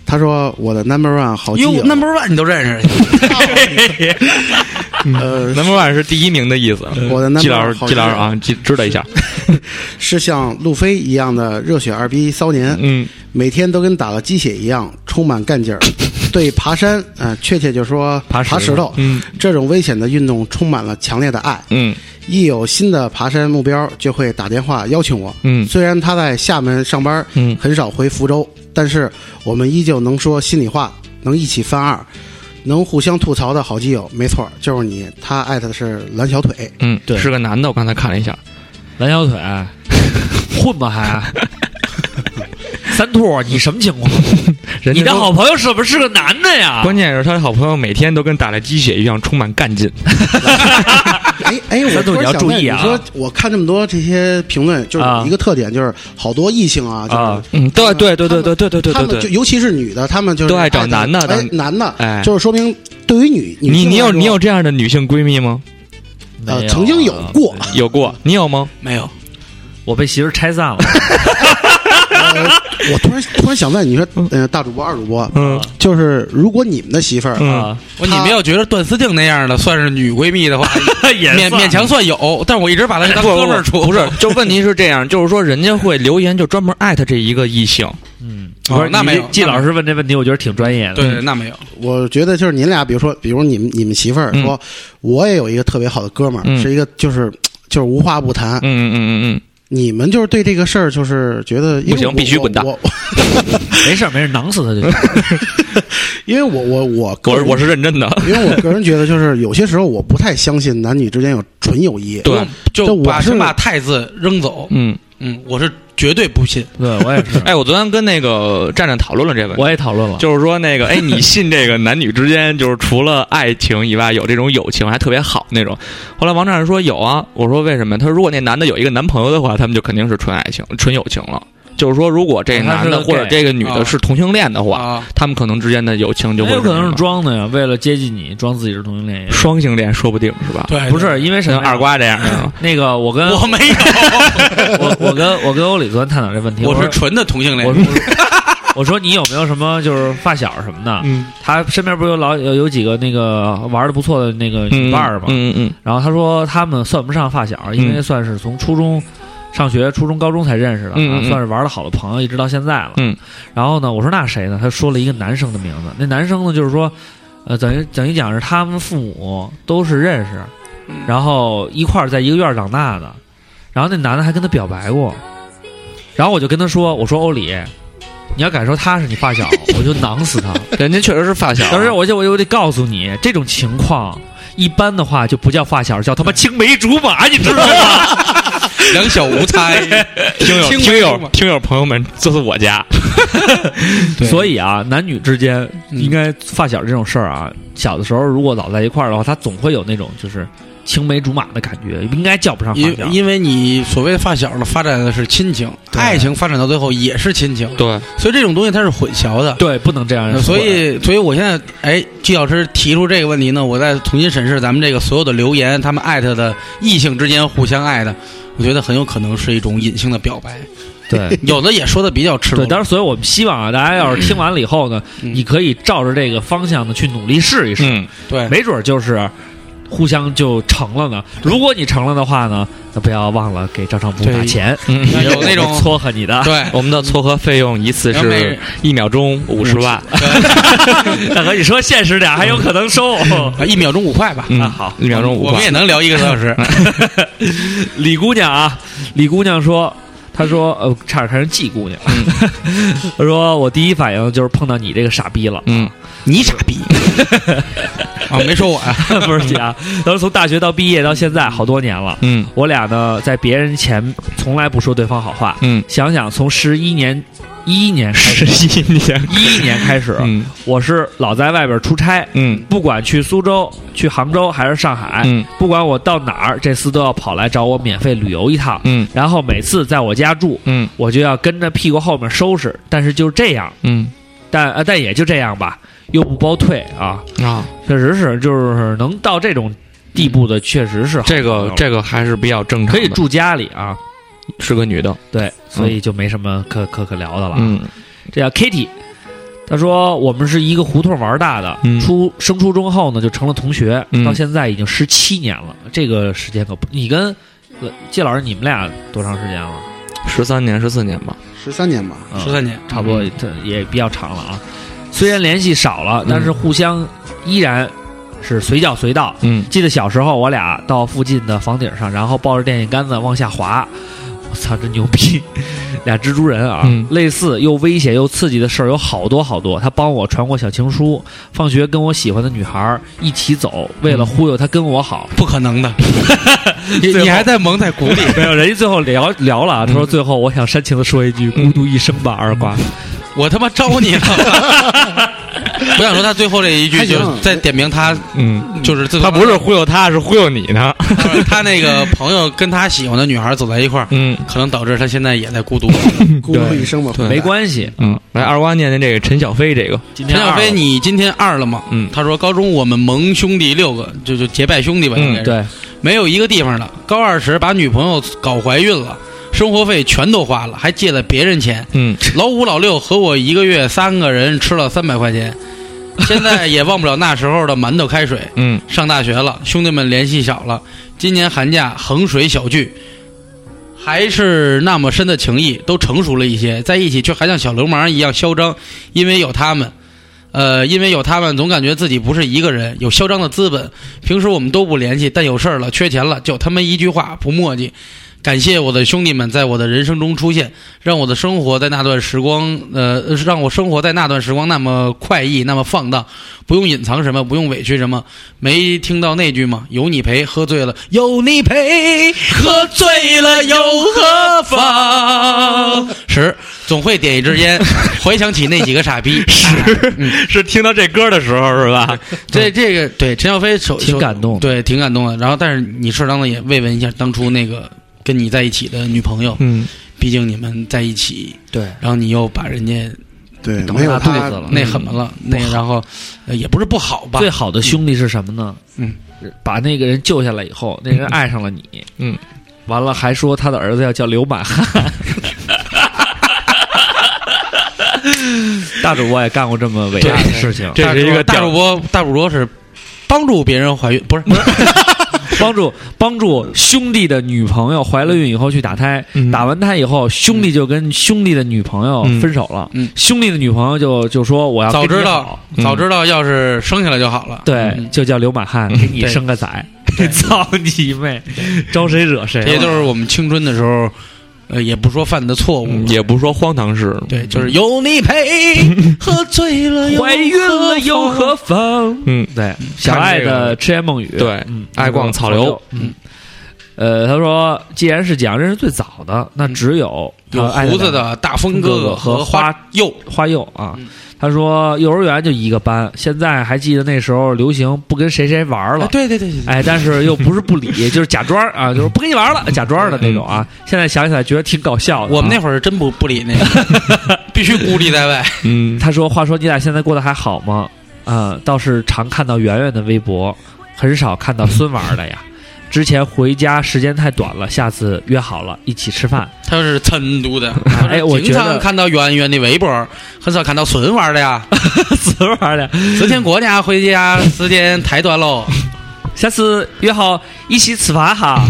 [SPEAKER 4] 他说我的 number one 好基
[SPEAKER 2] 哟
[SPEAKER 4] 友
[SPEAKER 2] ，Number One 你都认识，
[SPEAKER 4] 呃，
[SPEAKER 1] 嗯
[SPEAKER 3] number one 是第一名的意思。
[SPEAKER 4] 我的 number
[SPEAKER 3] 季老师，
[SPEAKER 4] 好
[SPEAKER 3] 季老师
[SPEAKER 4] 基友
[SPEAKER 3] 啊，记知道一下。
[SPEAKER 4] 是像路飞一样的热血二逼骚年，
[SPEAKER 3] 嗯
[SPEAKER 4] 每天都跟打了鸡血一样，充满干劲 儿。对爬山，呃，确切就说
[SPEAKER 1] 爬石头
[SPEAKER 4] 石头
[SPEAKER 3] 嗯
[SPEAKER 4] 这种危险的运动充满了强烈的爱。
[SPEAKER 3] 嗯
[SPEAKER 4] 一有新的爬山目标，就会打电话邀请我。
[SPEAKER 3] 嗯
[SPEAKER 4] 虽然他在厦门上班，
[SPEAKER 3] 嗯
[SPEAKER 4] 很少回福州，但是我们依旧能说心里话，能一起翻二，能互相吐槽的好基友，没错，就是你。他艾特的是蓝小腿，
[SPEAKER 3] 嗯，
[SPEAKER 1] 对
[SPEAKER 3] 是个男的，我刚才看了一下。
[SPEAKER 1] 蓝小腿，混吧还。三兔，你什么情况？
[SPEAKER 3] 人家
[SPEAKER 1] 你的
[SPEAKER 3] 都
[SPEAKER 1] 好朋友是不是个男的呀？
[SPEAKER 3] 关键是他的好朋友每天都跟打了鸡血一样，充满干劲。
[SPEAKER 4] 哎哎，我
[SPEAKER 1] 三
[SPEAKER 4] 突
[SPEAKER 1] 兔
[SPEAKER 4] 然
[SPEAKER 1] 你要
[SPEAKER 4] 想
[SPEAKER 1] 注
[SPEAKER 4] 问
[SPEAKER 1] 意啊
[SPEAKER 4] 你说我看这么多这些评论，就是
[SPEAKER 1] 啊
[SPEAKER 4] 有一个特点，就是好多异性啊，就是、
[SPEAKER 1] 啊
[SPEAKER 3] 嗯，对对对
[SPEAKER 4] 他
[SPEAKER 3] 对对
[SPEAKER 4] 们
[SPEAKER 3] 对对对
[SPEAKER 4] 他
[SPEAKER 3] 对
[SPEAKER 4] 们就
[SPEAKER 3] 对。
[SPEAKER 4] 尤其是女的，他们就是
[SPEAKER 3] 都爱找
[SPEAKER 4] 艾特
[SPEAKER 3] 男的
[SPEAKER 4] 哎
[SPEAKER 3] 当，
[SPEAKER 4] 男的，
[SPEAKER 3] 哎
[SPEAKER 4] 就是说明对于女女
[SPEAKER 3] 你
[SPEAKER 4] 性
[SPEAKER 3] 你有
[SPEAKER 4] 来说
[SPEAKER 3] 你有这样的女性闺蜜吗？
[SPEAKER 1] 没有啊
[SPEAKER 4] 呃曾经有过，
[SPEAKER 3] 有过，你有吗？
[SPEAKER 2] 没有？
[SPEAKER 1] 我被媳妇儿拆散了。
[SPEAKER 4] 呃我突然突然想问你说，呃，大主播、二主播，
[SPEAKER 3] 嗯
[SPEAKER 4] 就是如果你们的媳妇儿
[SPEAKER 3] 嗯
[SPEAKER 1] 啊，
[SPEAKER 2] 我你们要觉得段思静那样的算是女闺蜜的话，
[SPEAKER 1] 也
[SPEAKER 2] 勉
[SPEAKER 1] 算
[SPEAKER 2] 勉强算有，但我一直把她当
[SPEAKER 3] 不不
[SPEAKER 2] 哥们儿处，不是？
[SPEAKER 3] 就问题是这样，就是说人家会留言，就专门艾特这一个异性。
[SPEAKER 1] 嗯，
[SPEAKER 2] 哦
[SPEAKER 1] 不是
[SPEAKER 2] 那
[SPEAKER 1] 你
[SPEAKER 2] 没
[SPEAKER 1] 这
[SPEAKER 2] 有
[SPEAKER 1] 季
[SPEAKER 2] 那没
[SPEAKER 1] 老师问这问题，我觉得挺专业的。嗯
[SPEAKER 2] 对，那没有，
[SPEAKER 4] 我觉得就是您俩，比如说，比如你们你们媳妇儿
[SPEAKER 3] 嗯
[SPEAKER 4] 说，我也有一个特别好的哥们儿，
[SPEAKER 3] 嗯
[SPEAKER 4] 是一个就是就是无话不谈。
[SPEAKER 3] 嗯嗯嗯嗯
[SPEAKER 4] 你们就是对这个事儿就是觉得因为
[SPEAKER 3] 不行
[SPEAKER 4] 我
[SPEAKER 3] 必须
[SPEAKER 4] 我
[SPEAKER 3] 滚蛋
[SPEAKER 4] 我
[SPEAKER 1] 没事儿没事儿，囊死他就行。
[SPEAKER 4] 因为我我我
[SPEAKER 3] 嗯，
[SPEAKER 4] 个
[SPEAKER 3] 我是
[SPEAKER 4] 人
[SPEAKER 3] 我是认真的。
[SPEAKER 4] 因为我个人觉得就是有些时候我不太相信男女之间有纯友谊。
[SPEAKER 3] 对，
[SPEAKER 4] 这
[SPEAKER 2] 就
[SPEAKER 4] 我
[SPEAKER 2] 把
[SPEAKER 4] 是
[SPEAKER 2] 先把太字扔走。
[SPEAKER 3] 嗯，
[SPEAKER 2] 嗯，我是绝对不信。
[SPEAKER 1] 对我也 是，
[SPEAKER 3] 哎，我昨天跟那个站站讨论了这个问题。
[SPEAKER 1] 我也讨论了。
[SPEAKER 3] 就是说，那个，哎，你信这个男女之间，就是除了爱情以外，有这种友情还特别好那种。后来王站说有啊，我说为什么？他说如果那男的有一个男朋友的话，他们就肯定是纯爱情、纯友情了。就是说，如果这
[SPEAKER 1] 哦他是
[SPEAKER 3] 男的
[SPEAKER 1] 个
[SPEAKER 3] 或者
[SPEAKER 1] gay
[SPEAKER 3] 这个女的
[SPEAKER 2] 哦
[SPEAKER 3] 是同性恋的话，
[SPEAKER 2] 啊，
[SPEAKER 3] 他们可能之间的友情就会
[SPEAKER 1] 有可能
[SPEAKER 3] 那
[SPEAKER 1] 是
[SPEAKER 3] 种
[SPEAKER 1] 装的呀，为了接近你，装自己是同性恋也有。
[SPEAKER 3] 双性恋，说不定是吧？
[SPEAKER 2] 哎对，
[SPEAKER 1] 不是因为什么
[SPEAKER 3] 像
[SPEAKER 1] 呀
[SPEAKER 3] 二瓜这样的是吧，
[SPEAKER 1] 那个，我 跟
[SPEAKER 2] 我没有，
[SPEAKER 1] 我我跟我跟欧里昨天探讨这问题，我
[SPEAKER 2] 我是
[SPEAKER 1] 说
[SPEAKER 2] 纯的同性
[SPEAKER 1] 我
[SPEAKER 2] 恋。
[SPEAKER 1] 说我说你有没有什么就是发小什么的？
[SPEAKER 3] 嗯，
[SPEAKER 1] 他身边不是有老有有几个那个玩的不错的那个女伴儿吗？
[SPEAKER 3] 嗯嗯
[SPEAKER 1] 然后他说他们算不上发小，因为算是从初中上学、初中、高中才认识的，
[SPEAKER 3] 嗯
[SPEAKER 1] 啊
[SPEAKER 3] 嗯嗯
[SPEAKER 1] 算是玩的好的朋友，一直到现在了。
[SPEAKER 3] 嗯，
[SPEAKER 1] 然后呢，我说那谁呢？他说了一个男生的名字，那男生呢就是说，呃，等于等于讲是他们父母都是认识，
[SPEAKER 3] 嗯
[SPEAKER 1] 然后一块儿在一个院儿长大的，然后那男的还跟他表白过，然后我就跟他说，我说欧里。你要敢说他是你发 小，我就囊死他。
[SPEAKER 3] 嗯，人家确实是发小啊。
[SPEAKER 1] 当时我就我就得告诉你，这种情况一般的话就不叫发小，叫他妈青梅竹马，你知道吗？
[SPEAKER 2] 两小无猜，
[SPEAKER 3] 听 友
[SPEAKER 2] 青梅
[SPEAKER 3] 听
[SPEAKER 2] 竹马
[SPEAKER 3] 友听友朋友们，这是我家。
[SPEAKER 1] 所以啊，男女之间
[SPEAKER 2] 嗯
[SPEAKER 1] 应该发小这种事儿啊，小的时候如果老在一块儿的话，他总会有那种就是青梅竹马的感觉，应该叫不上发
[SPEAKER 2] 因
[SPEAKER 1] 小。
[SPEAKER 2] 因为你所谓的发小呢，发展的是亲情，
[SPEAKER 1] 对
[SPEAKER 2] 爱情发展到最后也是亲情，
[SPEAKER 3] 对，
[SPEAKER 2] 所以这种东西它是混淆的。
[SPEAKER 1] 对，不能这样
[SPEAKER 3] 嗯
[SPEAKER 2] 呃
[SPEAKER 1] 说。
[SPEAKER 2] 所以，所以我现在，哎，季老师提出这个问题呢，我再重新审视咱们这个所有的留言，他们艾特的异性之间互相爱的，我觉得很有可能是一种隐性的表白，
[SPEAKER 3] 嗯
[SPEAKER 1] 对。
[SPEAKER 2] 有的也说的比较赤裸
[SPEAKER 1] 对，。当然，所以我们希望啊，大家要是听完了以后呢，
[SPEAKER 2] 嗯
[SPEAKER 1] 你可以照着这个方向呢去努力试一试，
[SPEAKER 3] 嗯，
[SPEAKER 2] 对，
[SPEAKER 1] 没准儿就是互相就成了呢。如果你成了的话呢，那不要忘了给照常不打
[SPEAKER 2] 对
[SPEAKER 1] 钱。
[SPEAKER 3] 嗯
[SPEAKER 2] 要有 那种
[SPEAKER 1] 撮合你的，
[SPEAKER 2] 对，
[SPEAKER 3] 我们的撮合费用一次
[SPEAKER 2] 然后每
[SPEAKER 3] 是一秒钟五十万，
[SPEAKER 1] 大哥，你说现实点，还有可能 收。
[SPEAKER 2] 啊一秒钟五块吧，
[SPEAKER 3] 嗯，
[SPEAKER 1] 好
[SPEAKER 3] 一秒钟五
[SPEAKER 2] 我们
[SPEAKER 3] 块
[SPEAKER 2] 也。能聊一个多小时。
[SPEAKER 1] 李姑娘啊，李姑娘说，他说呃，差点看成季姑娘。
[SPEAKER 3] 嗯
[SPEAKER 1] 他说我第一反应就是碰到你这个傻逼了，
[SPEAKER 3] 嗯，
[SPEAKER 2] 你傻 逼啊！没说我呀、
[SPEAKER 1] 不是姐啊。他说从大学到毕业到现在好多年了，
[SPEAKER 3] 嗯
[SPEAKER 1] 我俩呢在别人前从来不说对方好话。
[SPEAKER 3] 嗯，
[SPEAKER 1] 想想从十一年一一年开始，
[SPEAKER 3] 一年，
[SPEAKER 1] 一一年开始，
[SPEAKER 3] 嗯
[SPEAKER 1] 我是老在外边出差，
[SPEAKER 3] 嗯
[SPEAKER 1] 不管去苏州、去杭州还是上海，
[SPEAKER 3] 嗯
[SPEAKER 1] 不管我到哪儿，这厮都要跑来找我免费旅游一趟。
[SPEAKER 3] 嗯
[SPEAKER 1] 然后每次在我家住，
[SPEAKER 3] 嗯
[SPEAKER 1] 我就要跟着屁股后面收拾。但是就这样，
[SPEAKER 3] 嗯
[SPEAKER 1] 但呃但也就这样吧，又不包退啊。
[SPEAKER 3] 啊，
[SPEAKER 1] 确实是，就是能到这种地步的，确实是好
[SPEAKER 3] 这
[SPEAKER 1] 朋友
[SPEAKER 3] 个
[SPEAKER 1] 了
[SPEAKER 3] 这个还是比较正常
[SPEAKER 1] 可
[SPEAKER 3] 的，
[SPEAKER 1] 以住家里啊。
[SPEAKER 3] 是个女的，
[SPEAKER 1] 对，所以就没什么可可可聊的了。啊
[SPEAKER 3] 嗯
[SPEAKER 1] 这叫 Kitty，她说我们是一个胡同玩大的，
[SPEAKER 3] 嗯
[SPEAKER 1] 初升初中后呢就成了同学，
[SPEAKER 3] 嗯
[SPEAKER 1] 到现在已经十七年了，这个时间可不，你跟呃季老师你们俩多长时间了？
[SPEAKER 3] 十三年十四年吧，
[SPEAKER 4] 十三年吧，
[SPEAKER 1] 嗯
[SPEAKER 2] 十三年，
[SPEAKER 1] 差不多，这也比较长了啊。虽然联系少了，但是互相依然是随叫随到。
[SPEAKER 3] 嗯
[SPEAKER 1] 记得小时候，我俩到附近的房顶上，然后抱着电线杆子往下滑。我操，真牛逼！ 俩蜘蛛人啊，
[SPEAKER 3] 嗯
[SPEAKER 1] 类似又危险又刺激的事儿有好多好多。他帮我传过小情书，放学跟我喜欢的女孩儿一起走，为了忽悠她跟我好。
[SPEAKER 2] 不可 能的。嗯你 嗯
[SPEAKER 1] 最后
[SPEAKER 2] 你还在蒙在鼓里，
[SPEAKER 1] 没有，人家最后聊聊了啊，他说最后我想煽情的说一句：“孤独一生吧，二瓜。
[SPEAKER 2] 嗯我他妈招 你了！我想说他最后这一句
[SPEAKER 4] 还行
[SPEAKER 2] 就是在点名他，
[SPEAKER 3] 嗯，
[SPEAKER 2] 就是自从
[SPEAKER 3] 她不是忽悠他，是忽悠你呢，
[SPEAKER 2] 他那个朋友跟他喜欢的女孩走在一块儿，
[SPEAKER 3] 嗯
[SPEAKER 2] 可能导致他现在也在孤独。
[SPEAKER 4] 孤独一生嘛，
[SPEAKER 3] 对
[SPEAKER 1] 嗯没关系，
[SPEAKER 3] 嗯，来二瓜念念这个陈小飞这个，
[SPEAKER 1] 今天
[SPEAKER 2] 陈小
[SPEAKER 1] 二
[SPEAKER 2] 飞，
[SPEAKER 1] 了
[SPEAKER 2] 你今天二了吗？
[SPEAKER 3] 嗯
[SPEAKER 2] 他说高中我们盟兄弟六个，就就结拜兄弟吧，应该是、
[SPEAKER 1] 嗯对，
[SPEAKER 2] 没有一个地方的。高二时把女朋友搞怀孕了，生活费全都花了，还借了别人 钱。
[SPEAKER 3] 嗯
[SPEAKER 2] 老五老六和我一个月三个人吃了三百块钱，现在也忘不了那时候的馒头开水。
[SPEAKER 3] 嗯
[SPEAKER 2] 上大学了，兄弟们联系少了。今年寒假衡水小聚，还是那么深的情谊，都成熟了一些，在一起却还像小流氓一样嚣张。因为有他们，呃，因为有他们，总感觉自己不是一个人，有嚣张的资本。平时我们都不联系，但有事儿了、缺钱了，就他们一句话，不墨迹。感谢我的兄弟们在我的人生中出现，让我的生活在那段时光，呃，让我生活在那段时光那么快意，那么放荡，不用隐藏什么，不用委屈什么，没听到那句吗？有你陪，喝醉了有你陪，喝醉了又何妨？十总会点一支 烟，回想起那几个傻逼。哎
[SPEAKER 3] 是是听到这歌的时候是吧？
[SPEAKER 2] 这这个对陈小飞首
[SPEAKER 1] 挺
[SPEAKER 2] 首
[SPEAKER 1] 感动。
[SPEAKER 2] 对挺感动的。然后，但是你适当的也慰问一下当初那个跟你在一起的女朋友，
[SPEAKER 3] 嗯
[SPEAKER 2] 毕竟你们在一起，
[SPEAKER 1] 对，
[SPEAKER 2] 然后你又把人家
[SPEAKER 4] 对，
[SPEAKER 1] 等
[SPEAKER 4] 没有
[SPEAKER 1] 拉肚
[SPEAKER 4] 他
[SPEAKER 1] 子了。
[SPEAKER 2] 那什么了，那然后呃也不是不好吧
[SPEAKER 1] 最？好的兄弟是什么呢？
[SPEAKER 2] 嗯，
[SPEAKER 1] 把那个人救下来以后，那人爱上了你。
[SPEAKER 3] 嗯，
[SPEAKER 1] 完了还说他的儿子要叫刘满 汉。大主播也干过这么伟大的事情，
[SPEAKER 3] 这是一个
[SPEAKER 2] 大
[SPEAKER 3] 屌
[SPEAKER 2] 主播，大主播是帮助别人怀孕，不是？
[SPEAKER 1] 帮助帮助兄弟的女朋友怀了孕以后去打胎，
[SPEAKER 3] 嗯
[SPEAKER 1] 打完胎以后，兄弟就跟兄弟的女朋友分手了。
[SPEAKER 2] 嗯嗯
[SPEAKER 1] 兄弟的女朋友就就说我要
[SPEAKER 2] 早
[SPEAKER 1] 啊跟
[SPEAKER 2] 知
[SPEAKER 1] 你好嗯
[SPEAKER 2] 道，早知道要是生下来就好了。
[SPEAKER 1] 对
[SPEAKER 2] 嗯，
[SPEAKER 1] 就叫刘满汉给你
[SPEAKER 2] 对
[SPEAKER 1] 生个崽
[SPEAKER 2] 对，
[SPEAKER 1] 操你妹，招谁惹谁啊
[SPEAKER 2] 这
[SPEAKER 1] 了？
[SPEAKER 2] 些都是我们青春的时候，呃，也不说犯的错误，
[SPEAKER 3] 嗯也不说荒唐事，
[SPEAKER 2] 对，就是有你陪，喝醉了又
[SPEAKER 1] 怀孕了又何妨？
[SPEAKER 3] 嗯，
[SPEAKER 1] 对，小爱的痴言梦语，
[SPEAKER 3] 对
[SPEAKER 1] 嗯，
[SPEAKER 3] 爱逛草榴，
[SPEAKER 1] 嗯。呃，他说，既然是讲认识最早的，那只有
[SPEAKER 2] 嗯有胡子
[SPEAKER 1] 啊的
[SPEAKER 2] 的大风哥哥和花哎柚，
[SPEAKER 1] 花幼啊
[SPEAKER 2] 嗯。
[SPEAKER 1] 他说，幼儿园就一个班，现在还记得那时候流行不跟谁谁玩了
[SPEAKER 2] 哎，对对对对，对
[SPEAKER 1] 哎，但是又不是不理，就是假装啊，就是不跟你玩了，假装的那种啊。现在想起来觉得挺搞笑的啊。
[SPEAKER 2] 嗯我们那会儿是真不不理那个， 必须孤立在外。
[SPEAKER 3] 嗯，
[SPEAKER 1] 他说：“话说你俩现在过得还好吗？啊、倒是常看到圆圆的微博，很少看到孙娃儿的呀。之前回家时间太短了，下次约好了一起吃饭。
[SPEAKER 2] 他是成都的，
[SPEAKER 1] 哎我觉
[SPEAKER 2] 经
[SPEAKER 1] 得
[SPEAKER 2] 常看到圆圆的微博，很少看到孙玩 的呀。
[SPEAKER 1] 孙娃儿的，
[SPEAKER 2] 昨天国家回家时间太短喽，
[SPEAKER 1] 下次约好一起吃饭哈，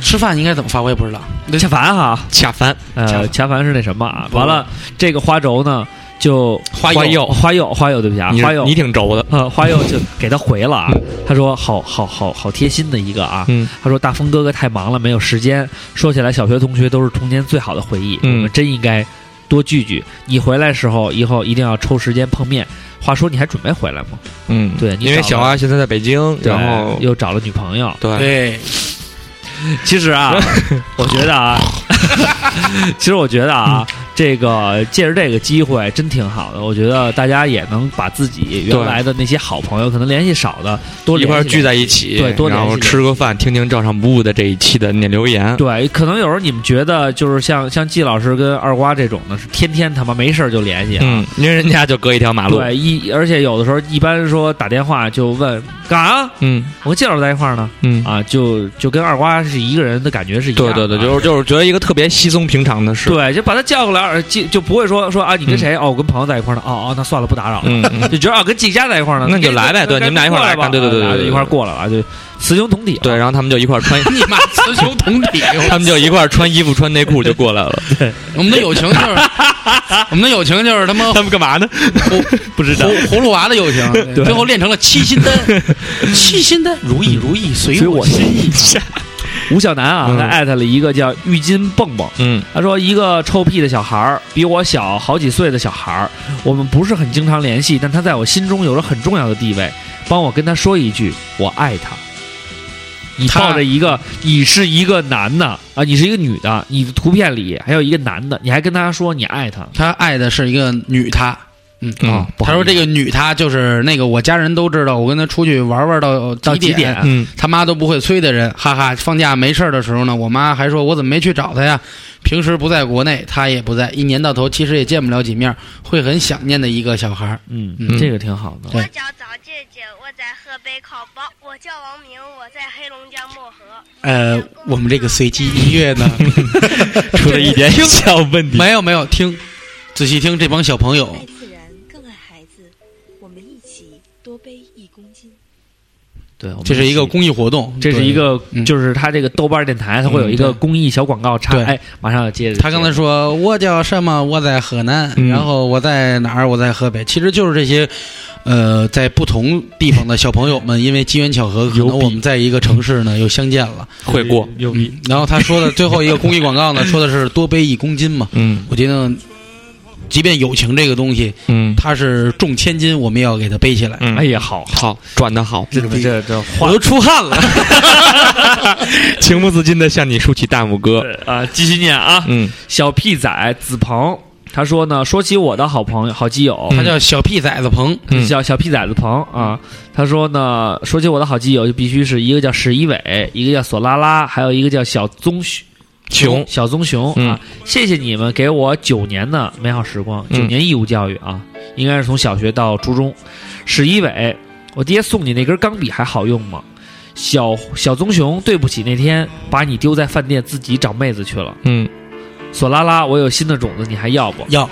[SPEAKER 2] 吃饭应该怎么发我也不知道。
[SPEAKER 1] 恰饭哈。
[SPEAKER 3] 恰饭，
[SPEAKER 1] 呃，恰饭是那什么啊？完了，这个花轴呢，就
[SPEAKER 2] 花
[SPEAKER 3] 花
[SPEAKER 2] 友
[SPEAKER 3] 友
[SPEAKER 1] 花柚花柚，对不起啊，
[SPEAKER 3] 你
[SPEAKER 1] 花柚
[SPEAKER 3] 你挺轴的，
[SPEAKER 1] 呃花柚就给他回了啊，他说好好好好贴心的一个啊，
[SPEAKER 3] 嗯
[SPEAKER 1] 他说大风哥哥太忙了没有时间。说起来，小学同学都是童年最好的回忆，
[SPEAKER 3] 嗯
[SPEAKER 1] 我们真应该多聚聚。你回来时候以后一定要抽时间碰面。话说你还准备回来吗？
[SPEAKER 3] 嗯，
[SPEAKER 1] 对你
[SPEAKER 3] 因
[SPEAKER 1] 找
[SPEAKER 3] 为小
[SPEAKER 1] 了
[SPEAKER 3] 阿现在在北京，然后
[SPEAKER 1] 对又找了女朋友，
[SPEAKER 3] 对
[SPEAKER 2] 对，
[SPEAKER 1] 其实 啊，我觉得啊， 其实我觉得啊，这个借着这个机会真挺好的。我觉得大家也能把自己原
[SPEAKER 3] 对
[SPEAKER 1] 来的那些好朋友，可能联系少的多
[SPEAKER 3] 一
[SPEAKER 1] 联系
[SPEAKER 3] 块儿
[SPEAKER 1] 联
[SPEAKER 3] 聚
[SPEAKER 1] 系
[SPEAKER 3] 在一起，
[SPEAKER 1] 对多
[SPEAKER 3] 然
[SPEAKER 1] 联
[SPEAKER 3] 后
[SPEAKER 1] 系
[SPEAKER 3] 吃个饭，听听照常不误的这一期的念留言，
[SPEAKER 1] 对，可能有时候你们觉得就是像像季老师跟二瓜这种的，是天天他妈没事儿就联系啊。
[SPEAKER 3] 嗯，因为人家就隔一条马路，
[SPEAKER 1] 对，一而且有的时候一般说打电话就问干啥，
[SPEAKER 3] 嗯
[SPEAKER 1] 我跟季老师在一块儿呢
[SPEAKER 3] 嗯，
[SPEAKER 1] 啊，就就跟二瓜是一个人的感觉是一样
[SPEAKER 3] 对
[SPEAKER 1] 的啊。
[SPEAKER 3] 对对，就是就是觉得一个特别稀松平常的事，
[SPEAKER 1] 对，就把他叫过来，而就就不会说说啊，你跟谁？哦，我跟朋友在一块儿呢。哦哦，那算了，不打扰了。
[SPEAKER 3] 嗯，嗯
[SPEAKER 1] 就觉得啊，跟季家在一块儿呢，
[SPEAKER 3] 那你就来呗对
[SPEAKER 1] 该
[SPEAKER 3] 你们俩一块儿来
[SPEAKER 1] 过吧
[SPEAKER 3] 干对对对
[SPEAKER 1] 啊
[SPEAKER 3] 对对对
[SPEAKER 1] 一块儿过来了，就雌雄同体啊。
[SPEAKER 3] 对，然后他们就一块儿穿，
[SPEAKER 2] 你妈雌雄同体，
[SPEAKER 3] 他们就一块儿穿衣服穿内裤就过 来了，
[SPEAKER 2] 我们的友情就是， 我们的友情就是他妈
[SPEAKER 3] 他们干嘛 呢？
[SPEAKER 2] 葫
[SPEAKER 3] 不知道
[SPEAKER 2] 葫葫芦娃的友情，最后练成了七星 丹，七星丹如意如意随
[SPEAKER 1] 随我
[SPEAKER 2] 心意。
[SPEAKER 1] 吴小南啊，他
[SPEAKER 3] 嗯
[SPEAKER 1] 艾特了一个叫浴巾蹦蹦。
[SPEAKER 3] 嗯
[SPEAKER 1] 他说：“一个臭屁的小孩儿，比我小好几岁的小孩儿，我们不是很经常联系，但他在我心中有着很重要的地位。帮我跟他说一句，我爱他。你
[SPEAKER 2] 他
[SPEAKER 1] 抱着一个，你是一个男的啊，你是一个女的，你的图片里还有一个男的，你还跟他说你爱他，
[SPEAKER 2] 他爱的是一个女他，嗯
[SPEAKER 3] 嗯
[SPEAKER 2] 啊
[SPEAKER 1] 不好
[SPEAKER 2] 他说
[SPEAKER 1] 意思
[SPEAKER 2] 这个女他就是那个我家人都知道，我跟他出去玩玩到
[SPEAKER 1] 到
[SPEAKER 2] 几
[SPEAKER 1] 几点？
[SPEAKER 3] 嗯，
[SPEAKER 2] 他妈都不会催的人，哈哈！放假没事儿的时候呢，我妈还说我怎么没去找他呀？平时不在国内，他也不在，一年到头其实也见不了几面，会很想念的一个小孩儿。
[SPEAKER 1] 嗯，
[SPEAKER 2] 嗯
[SPEAKER 1] 这个挺好的。
[SPEAKER 2] 对
[SPEAKER 5] 我叫早姐姐，我在河北考包，我叫王明，我在黑龙江漠河。
[SPEAKER 2] 呃，我们这个随机音乐 呢，
[SPEAKER 1] 啊
[SPEAKER 3] 出了一点小问题，
[SPEAKER 2] 没有没有听，仔细听这帮小朋友
[SPEAKER 6] 爱自然，更爱孩子，我们一起多背一公斤。
[SPEAKER 1] 对，我们
[SPEAKER 2] 这是一个
[SPEAKER 1] 起
[SPEAKER 2] 公益活动，
[SPEAKER 1] 这是一个，
[SPEAKER 2] 嗯
[SPEAKER 1] 就是他这个豆瓣电台，它会有一个
[SPEAKER 2] 嗯对
[SPEAKER 1] 公益小广告插。
[SPEAKER 2] 对
[SPEAKER 1] 哎，马上要接着。
[SPEAKER 2] 对。他刚才说我叫什么？我在河南，
[SPEAKER 3] 嗯
[SPEAKER 2] 然后我在哪儿？我在河北。其实就是这些，呃，在不同地方的小朋友们，因为机缘巧合，可
[SPEAKER 3] 有
[SPEAKER 2] 能
[SPEAKER 3] 比
[SPEAKER 2] 我们在一个城市呢又相见了。
[SPEAKER 3] 会过，
[SPEAKER 1] 牛逼，
[SPEAKER 2] 嗯，然后他说的最后一个公益广告呢，说的是多背一公斤嘛。
[SPEAKER 3] 嗯
[SPEAKER 2] 我觉得，即便友情这个东西，
[SPEAKER 3] 嗯，
[SPEAKER 2] 它是重千斤，我们也要给它背起 来。
[SPEAKER 3] 嗯
[SPEAKER 1] 哎呀，好，
[SPEAKER 3] 好，转的好，
[SPEAKER 1] 这这这
[SPEAKER 2] 我
[SPEAKER 1] 话
[SPEAKER 2] 都出汗了，
[SPEAKER 3] 情不自禁的向你竖起大拇哥，
[SPEAKER 1] 啊，继续念啊。
[SPEAKER 3] 嗯
[SPEAKER 1] 小屁仔子鹏，他说呢，说起我的好朋友、好基友，
[SPEAKER 2] 他叫小屁崽子鹏，
[SPEAKER 3] 嗯
[SPEAKER 1] 叫小屁崽子鹏啊。他说呢，说起我的好基友，就必须是一个叫史一伟，一个叫索拉拉，还有一个叫小棕熊。
[SPEAKER 3] 熊
[SPEAKER 1] 小棕熊
[SPEAKER 3] 嗯
[SPEAKER 1] 啊！谢谢你们给我九年的美好时光，
[SPEAKER 3] 嗯
[SPEAKER 1] 九年义务教育啊，应该是从小学到初中。史一伟，我爹送你那根钢笔还好用吗？小小棕熊，对不起，那天把你丢在饭店，自己找妹子去了。
[SPEAKER 3] 嗯，
[SPEAKER 1] 索拉拉，我有新的种子，你还要不？
[SPEAKER 2] 要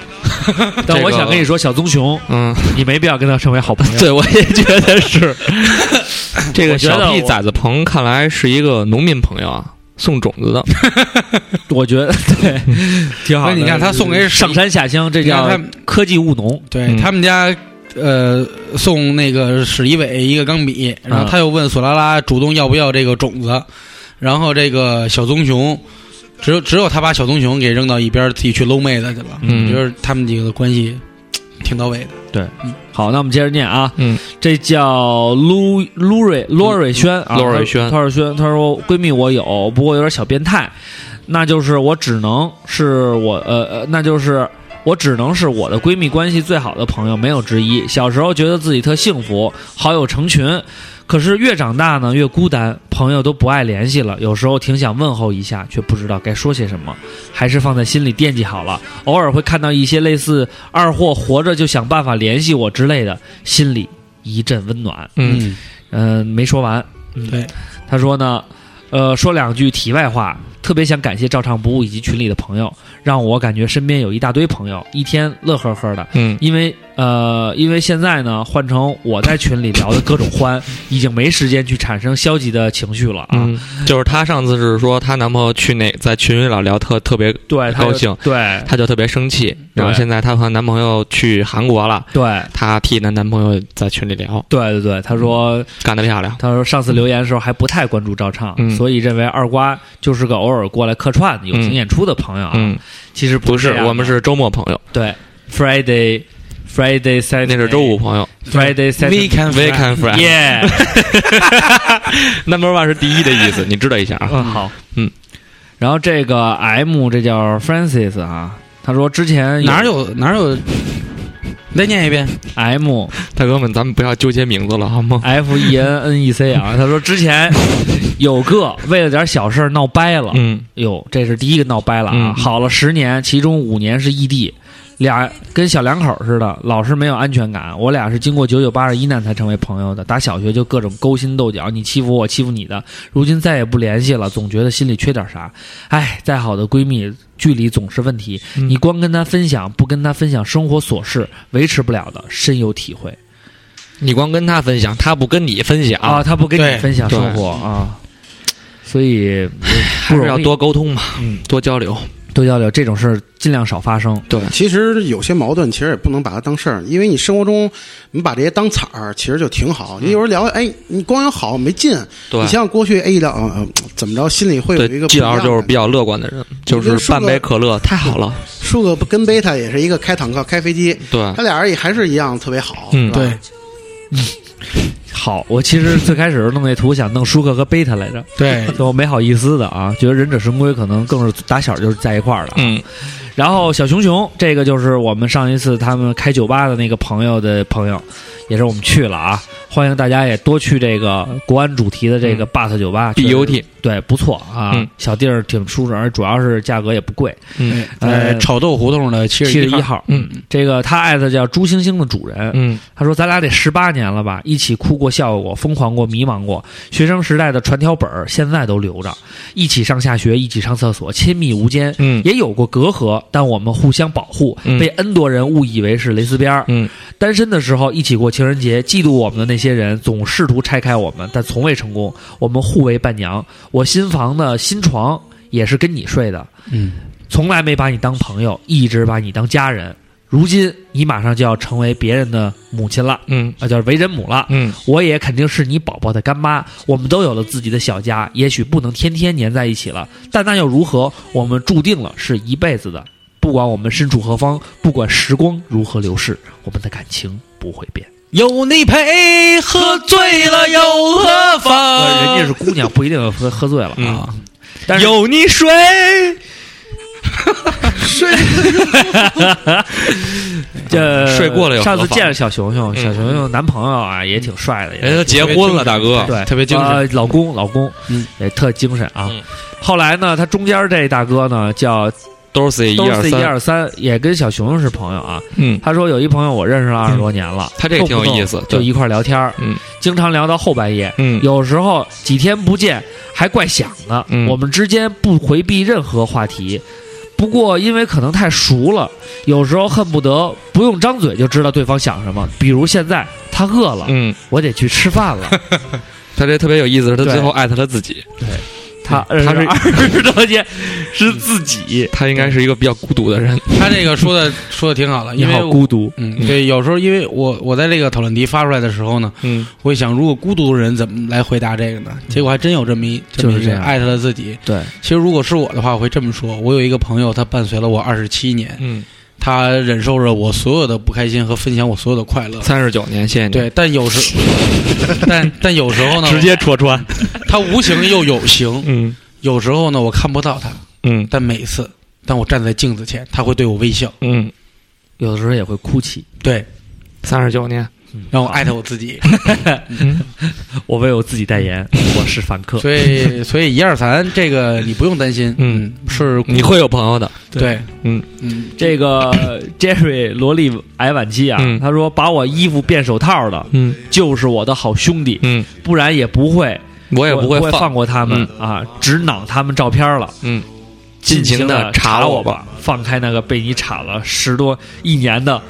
[SPEAKER 1] 但
[SPEAKER 3] 这
[SPEAKER 1] 我
[SPEAKER 3] 个
[SPEAKER 1] 想跟你说，小棕熊，
[SPEAKER 3] 嗯，
[SPEAKER 1] 你没必要跟他成为好朋友。
[SPEAKER 3] 对，我也觉得 是。这
[SPEAKER 1] 我
[SPEAKER 3] 个
[SPEAKER 1] 觉得
[SPEAKER 3] 小屁
[SPEAKER 1] 我
[SPEAKER 3] 崽子鹏看来是一个农民朋友啊，送种子的，
[SPEAKER 1] 我觉得对， 挺好的。
[SPEAKER 2] 那你看他送给史
[SPEAKER 1] 上山下乡，这
[SPEAKER 2] 你看
[SPEAKER 1] 叫
[SPEAKER 2] 他
[SPEAKER 1] 科技务农。
[SPEAKER 2] 对
[SPEAKER 3] 嗯
[SPEAKER 2] 他们家。呃，送那个史一伟一个钢笔，然后他又问索拉拉主动要不要这个种子，然后这个小棕熊，只有只有他把小棕熊给扔到一边，自己去搂妹子去了。
[SPEAKER 3] 嗯
[SPEAKER 2] 我觉得他们几个的关系嘖挺到位的。
[SPEAKER 1] 好，那我们接着念啊。
[SPEAKER 3] 嗯，
[SPEAKER 1] 这叫卢卢瑞罗瑞轩啊，
[SPEAKER 3] 嗯罗瑞轩
[SPEAKER 1] 他说轩，他说闺蜜我有，不过有点小变态，那就是我只能是我呃呃，那就是。我只能是我的闺蜜关系最好的朋友，没有之一。小时候觉得自己特幸福，好友成群，可是越长大呢越孤单，朋友都不爱联系了。有时候挺想问候一下，却不知道该说些什么，还是放在心里惦记好了。偶尔会看到一些类似“二货活着就想办法联系我”之类的，心里一阵温暖。
[SPEAKER 3] 嗯，
[SPEAKER 1] 嗯、没说完。嗯
[SPEAKER 2] 对，
[SPEAKER 1] 他说呢，呃，说两句题外话，特别想感谢照常不误以及群里的朋友，让我感觉身边有一大堆朋友，一天乐呵呵的。
[SPEAKER 3] 嗯
[SPEAKER 1] 因为呃，因为现在呢，换成我在群里聊的各种欢，已经没时间去产生消极的情绪了啊。
[SPEAKER 3] 嗯，就是她上次是说她男朋友去那在群里老聊特特别，
[SPEAKER 1] 对，他就
[SPEAKER 3] 高兴，
[SPEAKER 1] 对
[SPEAKER 3] 她就特别生气。然后
[SPEAKER 1] 对
[SPEAKER 3] 现在她和男朋友去韩国了，
[SPEAKER 1] 对
[SPEAKER 3] 她替她男朋友在群里聊，
[SPEAKER 1] 对对对，他说
[SPEAKER 3] 干得漂亮。
[SPEAKER 1] 他说上次留言的时候还不太关注赵畅，
[SPEAKER 3] 嗯
[SPEAKER 1] 所以认为二瓜就是个偶尔过来客串友情演出的朋友啊。
[SPEAKER 3] 嗯，
[SPEAKER 1] 其实
[SPEAKER 3] 不
[SPEAKER 1] 是
[SPEAKER 3] 是
[SPEAKER 1] 这样，的，
[SPEAKER 3] 我们是周末朋友，
[SPEAKER 1] 对 Friday Friday Saturday，
[SPEAKER 3] 那是周五朋友。
[SPEAKER 1] Friday Saturday。
[SPEAKER 2] Weekend
[SPEAKER 3] We can friend，number
[SPEAKER 1] Yeah，
[SPEAKER 3] one 是第一的意思，你知道一下啊。
[SPEAKER 1] 嗯 好，
[SPEAKER 3] 嗯。
[SPEAKER 1] 然后这个 M 这叫 Francis 啊，他说之前
[SPEAKER 2] 嗯哪有哪有？再念一遍，
[SPEAKER 1] M
[SPEAKER 3] 大哥们，咱们不要纠结名字了好吗？
[SPEAKER 1] F E N N E C 啊，他说之前有个为了点小事儿闹掰了，
[SPEAKER 3] 嗯，
[SPEAKER 1] 哟，这是第一个闹掰了啊！
[SPEAKER 3] 嗯
[SPEAKER 1] 好了十年，其中五年是异地，俩跟小两口似的，老是没有安全感。我俩是经过九九八二一难才成为朋友的，打小学就各种勾心斗角，你欺负我，我欺负你的。如今再也不联系了，总觉得心里缺点啥。唉，再好的闺蜜，距离总是问题。
[SPEAKER 3] 嗯
[SPEAKER 1] 你光跟她分享，不跟她分享生活琐事，维持不了的，深有体会
[SPEAKER 3] 你光跟他分享，他不跟你分享，
[SPEAKER 1] 啊！她不跟
[SPEAKER 2] 对
[SPEAKER 1] 你分享生活啊，所以不
[SPEAKER 3] 还是要
[SPEAKER 1] 容易
[SPEAKER 3] 多沟通嘛，
[SPEAKER 1] 嗯
[SPEAKER 3] 多交流。
[SPEAKER 1] 多交流，这种事儿尽量少发生。
[SPEAKER 3] 对，
[SPEAKER 4] 其实有些矛盾，其实也不能把它当事儿，因为你生活中你把这些当彩儿，其实就挺好。你有时候聊，哎，你光有好没劲。
[SPEAKER 3] 嗯对
[SPEAKER 4] 你，像过去，哎，一聊，嗯、嗯怎么着，心里会有一
[SPEAKER 3] 对，
[SPEAKER 4] 个
[SPEAKER 3] 季
[SPEAKER 4] 不一
[SPEAKER 3] 老
[SPEAKER 4] 样
[SPEAKER 3] 师就是
[SPEAKER 4] 的嗯
[SPEAKER 3] 比较乐观的人，就
[SPEAKER 4] 你就是说嗯
[SPEAKER 3] 半
[SPEAKER 4] 个
[SPEAKER 3] 杯可乐太好了。
[SPEAKER 4] 树个跟贝塔也是一个开坦克、开飞机，
[SPEAKER 3] 对
[SPEAKER 4] 他，俩人也还是一样特别好。
[SPEAKER 3] 嗯
[SPEAKER 4] 是吧，
[SPEAKER 1] 好，我其实最开始弄那图想弄舒克和贝塔来着，
[SPEAKER 3] 哎
[SPEAKER 2] 对，
[SPEAKER 1] 最后没好意思的啊，觉得忍者神龟可能更是打小就是在一块儿的。
[SPEAKER 3] 嗯，
[SPEAKER 1] 然后小熊熊这个就是我们上一次他们开酒吧的那个朋友的朋友，也是我们去了啊，欢迎大家也多去这个国安主题的这个 BUT 酒吧、
[SPEAKER 3] 嗯 B U
[SPEAKER 1] 确实
[SPEAKER 3] T，
[SPEAKER 1] 对，不错啊，
[SPEAKER 3] 嗯
[SPEAKER 1] 小地儿挺舒适，而主要是价格也不贵。
[SPEAKER 3] 嗯
[SPEAKER 2] 在
[SPEAKER 1] 呃
[SPEAKER 2] 炒豆胡同的
[SPEAKER 1] 七
[SPEAKER 2] 七十
[SPEAKER 1] 十一
[SPEAKER 2] 一号，
[SPEAKER 1] 号，
[SPEAKER 3] 嗯
[SPEAKER 1] 这个他艾特叫朱星星的主人，
[SPEAKER 3] 嗯，
[SPEAKER 1] 他说：“咱俩得十八年了吧，一起哭过、笑过、疯狂过、迷茫过。学生时代的传条本儿现在都留着，一起上下学，一起上厕所，亲密无间。
[SPEAKER 3] 嗯
[SPEAKER 1] 也有过隔阂，但我们互相保护，
[SPEAKER 3] 嗯
[SPEAKER 1] 被 N 多人误以为是蕾丝边儿。
[SPEAKER 3] 嗯，
[SPEAKER 1] 单身的时候一起过情人节，嫉妒我们的那些人总试图拆开我们，但从未成功。我们互为伴娘，我新房的新床也是跟你睡的。
[SPEAKER 2] 嗯，
[SPEAKER 1] 从来没把你当朋友，一直把你当家人。如今你马上就要成为别人的母亲了，
[SPEAKER 3] 嗯
[SPEAKER 1] 啊，就是为人母了。
[SPEAKER 3] 嗯
[SPEAKER 1] 我也肯定是你宝宝的干妈，我们都有了自己的小家，也许不能天天黏在一起了，但那又如何？我们注定了是一辈子的，不管我们身处何方，不管时光如何流逝，我们的感情不会变。
[SPEAKER 2] 有你陪，喝醉了又何
[SPEAKER 1] 呃
[SPEAKER 2] 妨？
[SPEAKER 1] 人家是姑娘，不一定喝喝醉了啊。
[SPEAKER 3] 哦嗯，
[SPEAKER 1] 但是
[SPEAKER 3] 有你睡，
[SPEAKER 1] 这
[SPEAKER 3] 睡过了有何
[SPEAKER 1] 呃上
[SPEAKER 3] 妨
[SPEAKER 1] 次见了小熊熊，
[SPEAKER 3] 嗯哎
[SPEAKER 1] 小熊熊男朋友啊也挺帅的，也
[SPEAKER 3] 人家都结婚了，大哥。
[SPEAKER 1] 对，
[SPEAKER 2] 特别精神
[SPEAKER 1] 呃老公，老公，
[SPEAKER 2] 嗯，
[SPEAKER 1] 也特精神啊
[SPEAKER 3] 嗯。
[SPEAKER 1] 后来呢，他中间这大哥呢叫
[SPEAKER 3] 都是一
[SPEAKER 1] 都
[SPEAKER 3] 二
[SPEAKER 1] 是一
[SPEAKER 3] 三，
[SPEAKER 1] 二三，也跟小熊熊是朋友啊。
[SPEAKER 3] 嗯，
[SPEAKER 1] 他说有一朋友我认识了二十多年了，
[SPEAKER 3] 他这个挺有意思
[SPEAKER 1] 动不动就一块儿聊天儿
[SPEAKER 3] 嗯，
[SPEAKER 1] 经常聊到后半夜，
[SPEAKER 3] 嗯
[SPEAKER 1] 有时候几天不见还怪想的
[SPEAKER 3] 嗯。
[SPEAKER 1] 我们之间不回避任何话题，不过因为可能太熟了，有时候恨不得不用张嘴就知道对方想什么。比如现在他饿了，
[SPEAKER 3] 嗯，
[SPEAKER 1] 我得去吃饭 了。
[SPEAKER 3] 他这特别有意思，是他
[SPEAKER 1] 对
[SPEAKER 3] 最后艾特他自己，
[SPEAKER 1] 他
[SPEAKER 3] 嗯他是
[SPEAKER 1] 二十多年是自 己，
[SPEAKER 3] 他应该是一个比较孤独的人。
[SPEAKER 2] 他这个说的说的挺好的，
[SPEAKER 1] 你
[SPEAKER 2] 因为
[SPEAKER 1] 好
[SPEAKER 2] 我
[SPEAKER 1] 孤独。
[SPEAKER 2] 嗯，对，有时候因为我我在这个讨论题发出来的时候呢，
[SPEAKER 3] 嗯
[SPEAKER 2] 我会想，如果孤独的人怎么来回答这个呢？结果还真有这么一，么一
[SPEAKER 1] 就是这样
[SPEAKER 2] 艾特了自己。
[SPEAKER 1] 对，
[SPEAKER 2] 其实如果是我的话，我会这么说：我有一个朋友，他伴随了我二十七年，
[SPEAKER 3] 嗯，
[SPEAKER 2] 他忍受着我所有的不开心和分享我所有的快乐。
[SPEAKER 3] 三十九年，谢谢你。
[SPEAKER 2] 对，但有时， 但但有时候呢，
[SPEAKER 3] 戳穿。
[SPEAKER 2] 他无形又有形。
[SPEAKER 3] 嗯
[SPEAKER 2] 有时候呢，我看不到他，
[SPEAKER 3] 嗯
[SPEAKER 2] 但每次当我站在镜子前，他会对我微笑。
[SPEAKER 3] 嗯，
[SPEAKER 1] 有的时候也会哭泣。
[SPEAKER 2] 对，
[SPEAKER 3] 三十九年，
[SPEAKER 2] 让我艾特我自己。
[SPEAKER 3] 嗯
[SPEAKER 1] 我为我自己代言，我是凡客。
[SPEAKER 2] 所以，所以一二三这个你不用担心，
[SPEAKER 3] 嗯，
[SPEAKER 2] 是
[SPEAKER 3] 你会有朋友的。
[SPEAKER 2] 对，
[SPEAKER 3] 嗯
[SPEAKER 2] 嗯，
[SPEAKER 1] 这个 Jerry 萝莉癌晚期啊，
[SPEAKER 3] 嗯
[SPEAKER 1] 他说把我衣服变手套的
[SPEAKER 3] 嗯
[SPEAKER 1] 就是我的好兄弟，
[SPEAKER 3] 嗯，
[SPEAKER 1] 不然也不会，
[SPEAKER 3] 我也
[SPEAKER 1] 不
[SPEAKER 3] 不会
[SPEAKER 1] 放。过他们、啊，只攮他们照片了。
[SPEAKER 3] 嗯，
[SPEAKER 1] 尽
[SPEAKER 3] 尽情
[SPEAKER 1] 情
[SPEAKER 3] 地
[SPEAKER 1] 的
[SPEAKER 3] 查
[SPEAKER 1] 我
[SPEAKER 3] 我吧，
[SPEAKER 1] 放开那个被你查了十多一年的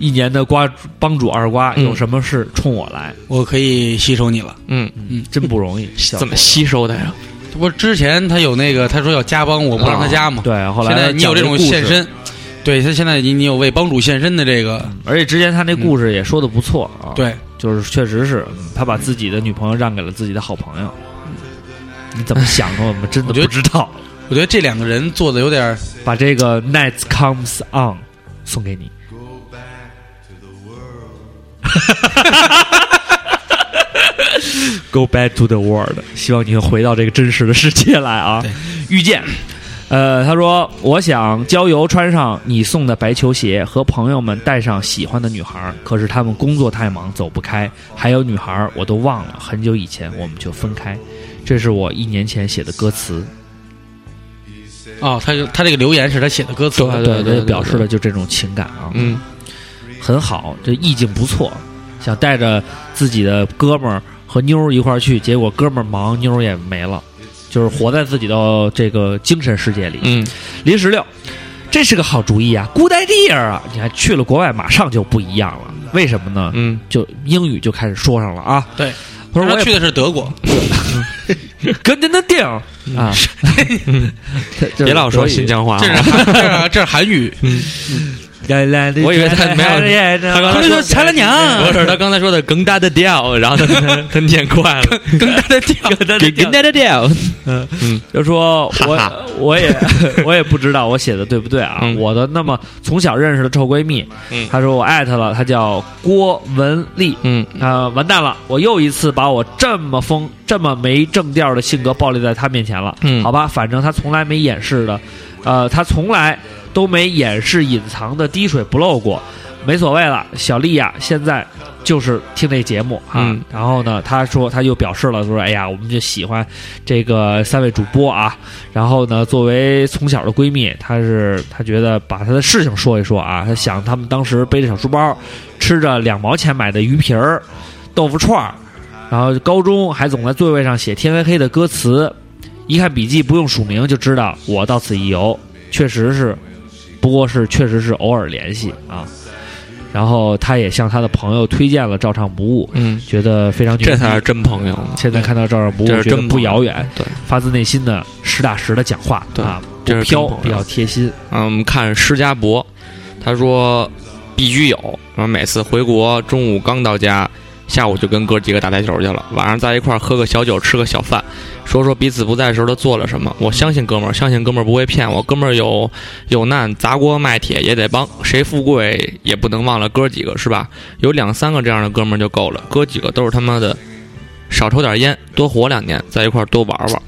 [SPEAKER 1] 一年的瓜帮主二瓜
[SPEAKER 3] 嗯
[SPEAKER 1] 有什么事冲我来，
[SPEAKER 2] 我可以吸收你了。
[SPEAKER 3] 嗯，
[SPEAKER 1] 真不容易。小
[SPEAKER 3] 怎么吸收的呀？
[SPEAKER 2] 这不之前他有那个，他说要加帮，我不让他加
[SPEAKER 1] 啊
[SPEAKER 2] 嘛。
[SPEAKER 1] 对，后来
[SPEAKER 2] 现在你有这种
[SPEAKER 1] 讲个故事
[SPEAKER 2] 献，身，对他现在你你有为帮主献身的这个，
[SPEAKER 1] 而且之前他那故事也说的不错啊。，
[SPEAKER 2] 对，
[SPEAKER 1] 就是确实是嗯他把自己的女朋友让给了自己的好朋友。你怎么想的？我们真的
[SPEAKER 2] 我觉得
[SPEAKER 1] 不知道。
[SPEAKER 2] 我觉得这两个人做的有点儿，
[SPEAKER 1] 把这个 Night Comes On 送给 你。Go back to the world，希望你能回到这个真实的世界来啊！遇见，呃，他说：“我想郊游，穿上你送的白球鞋，和朋友们带上喜欢的女孩，可是他们工作太忙，走不开。还有女孩，我都忘了，很久以前我们就分开。这是我一年前写的歌词，
[SPEAKER 2] 哦，他他这个留言是他写的歌词，
[SPEAKER 3] 对
[SPEAKER 1] 对表示了就这种情感啊。
[SPEAKER 3] 嗯，
[SPEAKER 1] 很好，这意境不错，想带着自己的哥们儿和妞儿一块儿去，结果哥们儿忙，妞儿也没了，就是活在自己的这个精神世界里。
[SPEAKER 3] 嗯，
[SPEAKER 1] 林十六，这是个好主意啊，Good idea 啊！你看去了国外，马上就不一样了，为什么呢？
[SPEAKER 3] 嗯，
[SPEAKER 1] 就英语就开始说上了啊。
[SPEAKER 2] 对，
[SPEAKER 1] 他说我
[SPEAKER 2] 他
[SPEAKER 1] 也
[SPEAKER 2] 去的是德国，
[SPEAKER 1] 跟着那定啊，
[SPEAKER 3] 嗯 别老说新疆话啊
[SPEAKER 2] 这，是韩这是 这是韩语，
[SPEAKER 1] 来来，
[SPEAKER 3] 我以为他 没
[SPEAKER 1] 哎
[SPEAKER 3] 有
[SPEAKER 1] 他
[SPEAKER 3] 刚才说
[SPEAKER 1] 才了娘
[SPEAKER 3] 不是他刚才说的更大的调，然后 他他他念快了，
[SPEAKER 1] 跟他的调， 跟他
[SPEAKER 3] 更更大的调，
[SPEAKER 1] 就说我
[SPEAKER 3] 哈
[SPEAKER 1] 我也 我也不知道我写的对不对啊
[SPEAKER 3] 嗯，
[SPEAKER 1] 我的那么从小认识的臭闺蜜
[SPEAKER 3] 嗯，
[SPEAKER 1] 她说我艾特了，她叫郭文丽。
[SPEAKER 3] 嗯
[SPEAKER 1] 啊、完蛋了！我又一次把我这么疯、这么没正调的性格暴露在她面前了。
[SPEAKER 3] 嗯
[SPEAKER 1] 好吧，反正她从来没掩饰的，呃，她从来都没掩饰、隐藏的滴水不漏过，没所谓了。小丽呀、现在就是听这节目啊。
[SPEAKER 3] 嗯
[SPEAKER 1] 然后呢，她说她又表示了说，哎呀，我们就喜欢这个三位主播啊。然后呢，作为从小的闺蜜，她是她觉得把她的事情说一说啊，她想他们当时背着小书包，吃着两毛钱买的鱼皮儿、豆腐串儿，然后高中还总在座位上写天黑黑的歌词，一看笔记不用署名就知道我到此一游，确实是，不过是确实是偶尔联系啊。然后她也向她的朋友推荐了照常不误，
[SPEAKER 3] 嗯，
[SPEAKER 1] 觉得非常牛逼
[SPEAKER 3] 这才是真朋友嘛，
[SPEAKER 1] 现在看到照常不误，
[SPEAKER 3] 这是
[SPEAKER 1] 觉得
[SPEAKER 3] 真啊
[SPEAKER 1] 不
[SPEAKER 3] 朋友
[SPEAKER 1] 遥远，
[SPEAKER 3] 对，
[SPEAKER 1] 发自内心的实打实的讲话，
[SPEAKER 3] 对
[SPEAKER 1] 啊，
[SPEAKER 3] 这
[SPEAKER 1] 不
[SPEAKER 3] 是
[SPEAKER 1] 飘
[SPEAKER 3] 真，朋友
[SPEAKER 1] 比较贴心，
[SPEAKER 3] 嗯，我们看施家博，他说必须有，然后每次回国中午刚到家，下午就跟哥几个打台球去了，晚上在一块儿喝个小酒，吃个小饭，说说彼此不在的时候都做了什么。我相信哥们儿，相信哥们儿不会骗我，哥们儿有有难砸锅卖铁也得帮，谁富贵也不能忘了哥几个是吧？有两三个这样的哥们儿就够了，哥几个都是他妈的。少抽点烟，多活两年，在一块儿多玩玩。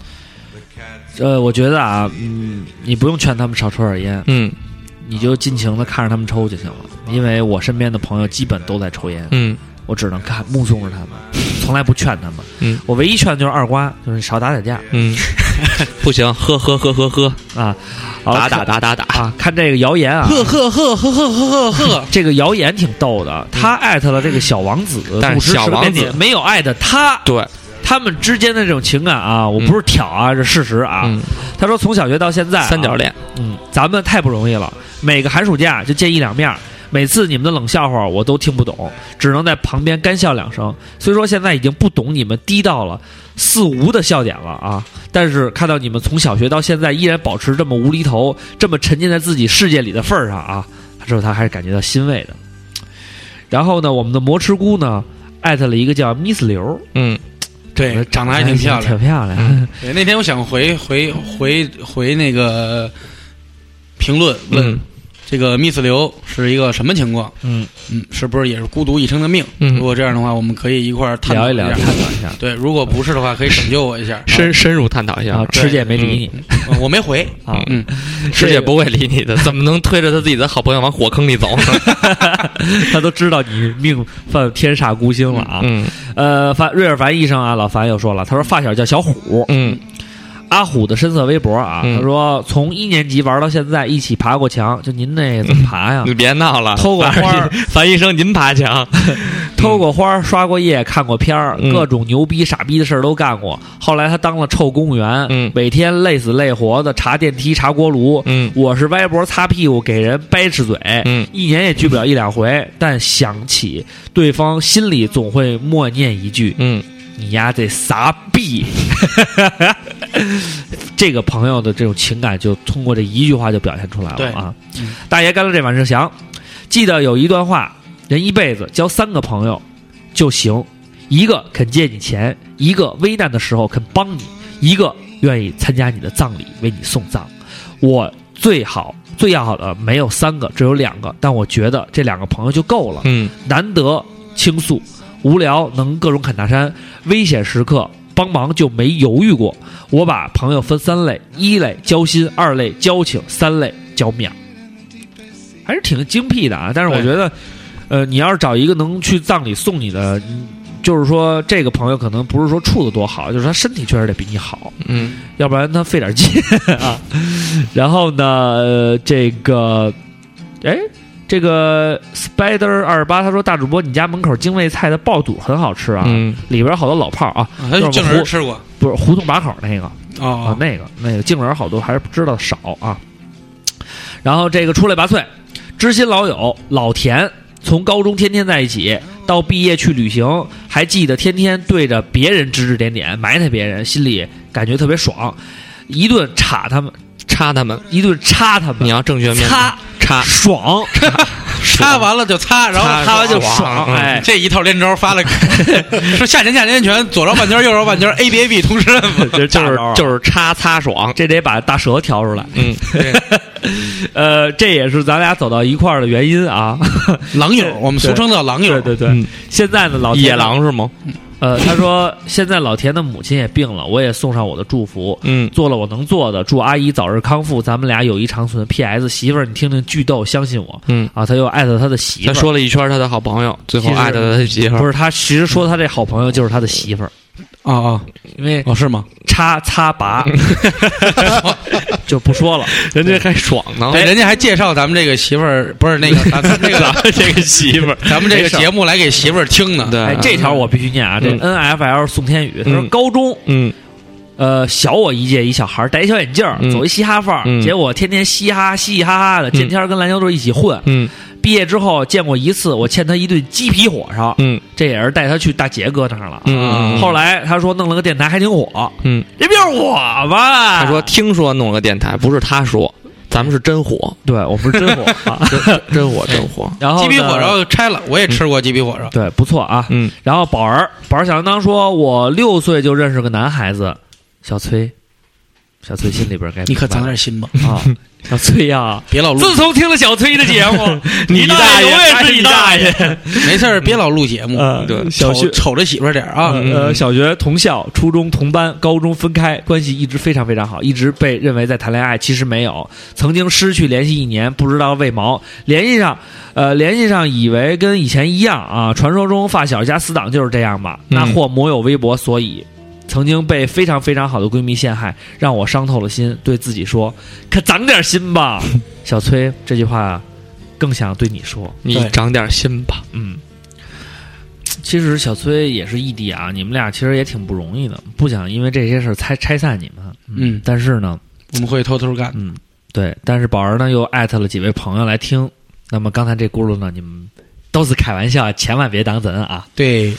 [SPEAKER 1] 呃，我觉得啊，嗯，你不用劝他们少抽点烟，
[SPEAKER 3] 嗯
[SPEAKER 1] 你就尽情的看着他们抽就行了。因为我身边的朋友基本都在抽烟，
[SPEAKER 3] 嗯
[SPEAKER 1] 我只能看目送着他们，从来不劝他们。
[SPEAKER 3] 嗯，
[SPEAKER 1] 我唯一劝就是二瓜，就是少打打架
[SPEAKER 3] 嗯， 不行，喝喝喝喝喝，
[SPEAKER 1] 啊，好
[SPEAKER 3] 打打
[SPEAKER 1] 看
[SPEAKER 3] 打打打。
[SPEAKER 1] 啊！看这个谣言啊，
[SPEAKER 2] 呵呵呵呵呵呵呵 呵，
[SPEAKER 1] 这个谣言挺逗的，他艾特了这个小王子，
[SPEAKER 3] 嗯但是
[SPEAKER 1] 不支持
[SPEAKER 3] 小王子
[SPEAKER 1] 编辑没有艾特他，
[SPEAKER 3] 对，
[SPEAKER 1] 他们之间的这种情感啊，我不是挑啊，这事实啊。
[SPEAKER 3] 嗯，
[SPEAKER 1] 他说从小学到现在啊、
[SPEAKER 3] 三角恋，
[SPEAKER 1] 嗯，咱们太不容易了，每个寒暑假就见一两面儿。每次你们的冷笑话我都听不懂，只能在旁边干笑两声。虽说现在已经不懂你们低到了四无的笑点了啊，但是看到你们从小学到现在依然保持这么无厘头、这么沉浸在自己世界里的份儿上啊，他说他还是感觉到欣慰的。然后呢，我们的魔吃菇呢，艾特了一个叫 Miss 刘，哎
[SPEAKER 3] 嗯
[SPEAKER 2] 对，长得还哎挺漂亮
[SPEAKER 1] 挺。漂亮。
[SPEAKER 2] 对，那天我想回回回回那个评论问、
[SPEAKER 3] 嗯
[SPEAKER 2] 这个 Miss 刘是一个什么情况？
[SPEAKER 1] 嗯
[SPEAKER 2] 嗯，是不是也是孤独一生的命？
[SPEAKER 3] 嗯
[SPEAKER 2] 如果这样的话，我们可以一块儿探讨
[SPEAKER 1] 聊一聊，
[SPEAKER 2] 下
[SPEAKER 1] 探讨一下。
[SPEAKER 2] 对，如果不是的话，可以拯救我一下。
[SPEAKER 3] 深深入探讨
[SPEAKER 2] 嗯
[SPEAKER 3] 一
[SPEAKER 1] 然
[SPEAKER 3] 下啊
[SPEAKER 1] 后。啊吃姐没理你、
[SPEAKER 2] 啊我没回，
[SPEAKER 1] 啊，
[SPEAKER 2] 嗯，
[SPEAKER 3] 师姐不会理你的，怎么能推着他自己的好朋友往火坑里走呢？
[SPEAKER 1] 他都知道你命犯天煞孤星了啊。
[SPEAKER 3] 嗯
[SPEAKER 1] 呃，樊瑞尔凡医生啊，老樊又说了，他说发小叫小虎，
[SPEAKER 3] 嗯
[SPEAKER 1] 阿虎的深色微博啊，
[SPEAKER 3] 嗯
[SPEAKER 1] 他说从一年级玩到现在，一起爬
[SPEAKER 3] 嗯
[SPEAKER 1] 过墙，就您那怎么爬呀？
[SPEAKER 3] 你别闹了，
[SPEAKER 1] 偷过花儿
[SPEAKER 3] 樊医樊医生，您爬墙，
[SPEAKER 1] 偷过花儿，刷过夜，看过片儿，
[SPEAKER 3] 嗯
[SPEAKER 1] 各种牛逼傻逼的事儿都干过。后来他当了臭公务员，
[SPEAKER 3] 嗯
[SPEAKER 1] 每天累死累活的查电梯、查锅炉。
[SPEAKER 3] 嗯
[SPEAKER 1] 我是歪脖擦屁股，给人掰扯嘴，
[SPEAKER 3] 嗯
[SPEAKER 1] 一年也聚不了一两回。但想起对方，心里总会默念一句：“
[SPEAKER 3] 嗯，
[SPEAKER 1] 你丫这傻逼！” 这个朋友的这种情感，就通过这一句话就表现出来
[SPEAKER 3] 对
[SPEAKER 1] 了啊！大爷干了这碗是翔，记得有一段话：人一辈子交三个朋友就行，一个肯借你钱，一个危难的时候肯帮你，一个愿意参加你的葬礼，为你送葬。我最好最要好的没有三个，只有两个，但我觉得这两个朋友就够了。
[SPEAKER 3] 嗯
[SPEAKER 1] 难得倾诉，无聊能各种砍大山，危险时刻帮忙就没犹豫过。我把朋友分三类：一类交心，二类交情，三类交面儿。还是挺精辟的啊！但是我
[SPEAKER 3] 对
[SPEAKER 1] 觉得，呃，你要是找一个能去葬礼送你的，嗯就是说这个朋友可能不是说处的多好，就是他身体确实得比你好。
[SPEAKER 3] 嗯
[SPEAKER 1] 要不然他费点劲啊。然后呢，呃这个，哎，这个 Spider 二十八他说大主播，你家门口京味菜的爆肚很好吃啊，
[SPEAKER 3] 嗯
[SPEAKER 1] 里边好多老炮儿啊，
[SPEAKER 2] 他
[SPEAKER 1] 就是
[SPEAKER 2] 净
[SPEAKER 1] 胡
[SPEAKER 2] 人吃过
[SPEAKER 1] 不是胡同把口那个啊
[SPEAKER 2] 哦，
[SPEAKER 1] 那个那个京人好多还是知道少啊。然后这个出类拔萃，知心老友老田，从高中天天在一起，
[SPEAKER 3] 哦
[SPEAKER 1] 到毕业去旅行，还记得天天对着别人指指点点，埋汰别人，心里感觉特别爽，一顿插他们，
[SPEAKER 3] 插他们，
[SPEAKER 1] 一顿插他
[SPEAKER 3] 你
[SPEAKER 1] 们，
[SPEAKER 3] 要正确面
[SPEAKER 1] 擦
[SPEAKER 3] 插
[SPEAKER 1] 爽，
[SPEAKER 2] 擦完了就擦，然后
[SPEAKER 3] 擦
[SPEAKER 1] 擦完就
[SPEAKER 3] 爽
[SPEAKER 1] 爽，
[SPEAKER 3] 嗯
[SPEAKER 1] 哎，
[SPEAKER 2] 这一套连招 发了，说下沉下沉拳，左绕半圈，右绕半圈，A B A B 同时摁 嘛
[SPEAKER 3] 就就是
[SPEAKER 1] 招啊
[SPEAKER 3] 就是插擦爽，
[SPEAKER 1] 这得把大蛇调出来，
[SPEAKER 3] 嗯，
[SPEAKER 1] 呃，这也是咱俩走到一块儿的原因啊，
[SPEAKER 2] 狼友，我们俗称叫狼友
[SPEAKER 1] 对，对对，
[SPEAKER 3] 嗯
[SPEAKER 1] 现在呢，老田
[SPEAKER 3] 野狼是吗？
[SPEAKER 1] 呃，他说现在老田的母亲也病了，我也送上我的祝福，
[SPEAKER 3] 嗯
[SPEAKER 1] 做了我能做的，祝阿姨早日康复，咱们俩友谊长存。P.S. 媳妇儿，你听听巨逗，相信我
[SPEAKER 3] 嗯，
[SPEAKER 1] 啊！他又艾特他的媳妇
[SPEAKER 3] 他
[SPEAKER 1] 儿，
[SPEAKER 3] 说了一圈他的好朋友，最后
[SPEAKER 1] 其实
[SPEAKER 3] 艾特了他媳妇
[SPEAKER 1] 不
[SPEAKER 3] 儿，
[SPEAKER 1] 是他，其实说他这好朋友就是他的媳妇儿，
[SPEAKER 2] 啊啊
[SPEAKER 1] 因为
[SPEAKER 2] 哦是吗？
[SPEAKER 1] 插擦 拔就不说了。
[SPEAKER 3] 人家还爽呢
[SPEAKER 2] 哎，人家还介绍咱们这个媳妇儿，不是那个 咱咱们这个
[SPEAKER 3] 这个媳 妇儿，
[SPEAKER 2] 咱们这
[SPEAKER 3] 没
[SPEAKER 2] 个
[SPEAKER 3] 事儿
[SPEAKER 2] 节目来给媳妇儿听呢。
[SPEAKER 3] 对
[SPEAKER 1] 哎，这条我必须念啊！这
[SPEAKER 3] 嗯
[SPEAKER 1] N.F.L. 宋天宇，他说
[SPEAKER 3] 嗯
[SPEAKER 1] 高中
[SPEAKER 3] 嗯
[SPEAKER 1] 呃，小我一届一小孩儿，戴一小眼镜儿，
[SPEAKER 3] 嗯
[SPEAKER 1] 走一嘻哈范儿，
[SPEAKER 3] 嗯
[SPEAKER 1] 结果天天嘻哈嘻嘻哈哈的，天天跟篮球队一起混。
[SPEAKER 3] 嗯
[SPEAKER 1] 毕业之后见过一次，我欠他一顿鸡皮火烧，
[SPEAKER 3] 嗯
[SPEAKER 1] 这也是带他去大杰哥那儿了。
[SPEAKER 3] 嗯嗯，
[SPEAKER 1] 后来他说弄了个电台还挺 火，
[SPEAKER 3] 嗯，
[SPEAKER 1] 这不就是我吗？
[SPEAKER 3] 他说听说弄了个电台，不是他说，咱们是真火，
[SPEAKER 1] 对我们是真火， 啊、
[SPEAKER 3] 真火真火，
[SPEAKER 1] 然后
[SPEAKER 2] 鸡
[SPEAKER 1] 呢
[SPEAKER 2] 皮火烧拆了，我也吃过鸡皮火烧。
[SPEAKER 1] 对不错啊。
[SPEAKER 3] 嗯
[SPEAKER 1] 然后宝儿，宝儿小叮当说，我六岁就认识个男孩子，小崔，小崔心里边该明白了
[SPEAKER 2] 心吧，
[SPEAKER 1] 啊，小崔呀、
[SPEAKER 2] 别老录
[SPEAKER 1] 自，从听了小崔的节 目，
[SPEAKER 3] 你
[SPEAKER 1] 大
[SPEAKER 3] 大
[SPEAKER 1] 爷
[SPEAKER 3] 爷
[SPEAKER 1] 永远是你大爷。
[SPEAKER 2] 没事儿别老录节目。
[SPEAKER 1] 呃
[SPEAKER 3] 对
[SPEAKER 1] 小学
[SPEAKER 2] 瞅瞅着媳妇儿点儿啊，
[SPEAKER 3] 嗯
[SPEAKER 1] 呃，小学同校，初中同班，高中分开，关系一直非常非常好，一直被认为在谈恋爱，其实没有。曾经失去联系一年，不知道为毛。联系上，呃，联系上以为跟以前一样啊。传说中发小加死党就是这样吧？
[SPEAKER 3] 嗯
[SPEAKER 1] 那或某有微薄，所以。曾经被非常非常好的闺蜜陷害，让我伤透了心，对自己说：“可长点心吧， 小崔。”这句话更想对你说。
[SPEAKER 3] 你长点心吧，
[SPEAKER 1] 嗯，其实小崔也是异地啊，你们俩其实也挺不容易的，不想因为这些事儿拆拆散你们。啊
[SPEAKER 2] 嗯
[SPEAKER 1] 但是呢，
[SPEAKER 2] 我们会偷偷干的。
[SPEAKER 1] 嗯，对，但是宝儿呢又艾特了几位朋友来听。那么刚才这轱辘呢，你们都是开玩笑，千万别当真啊。
[SPEAKER 2] 对，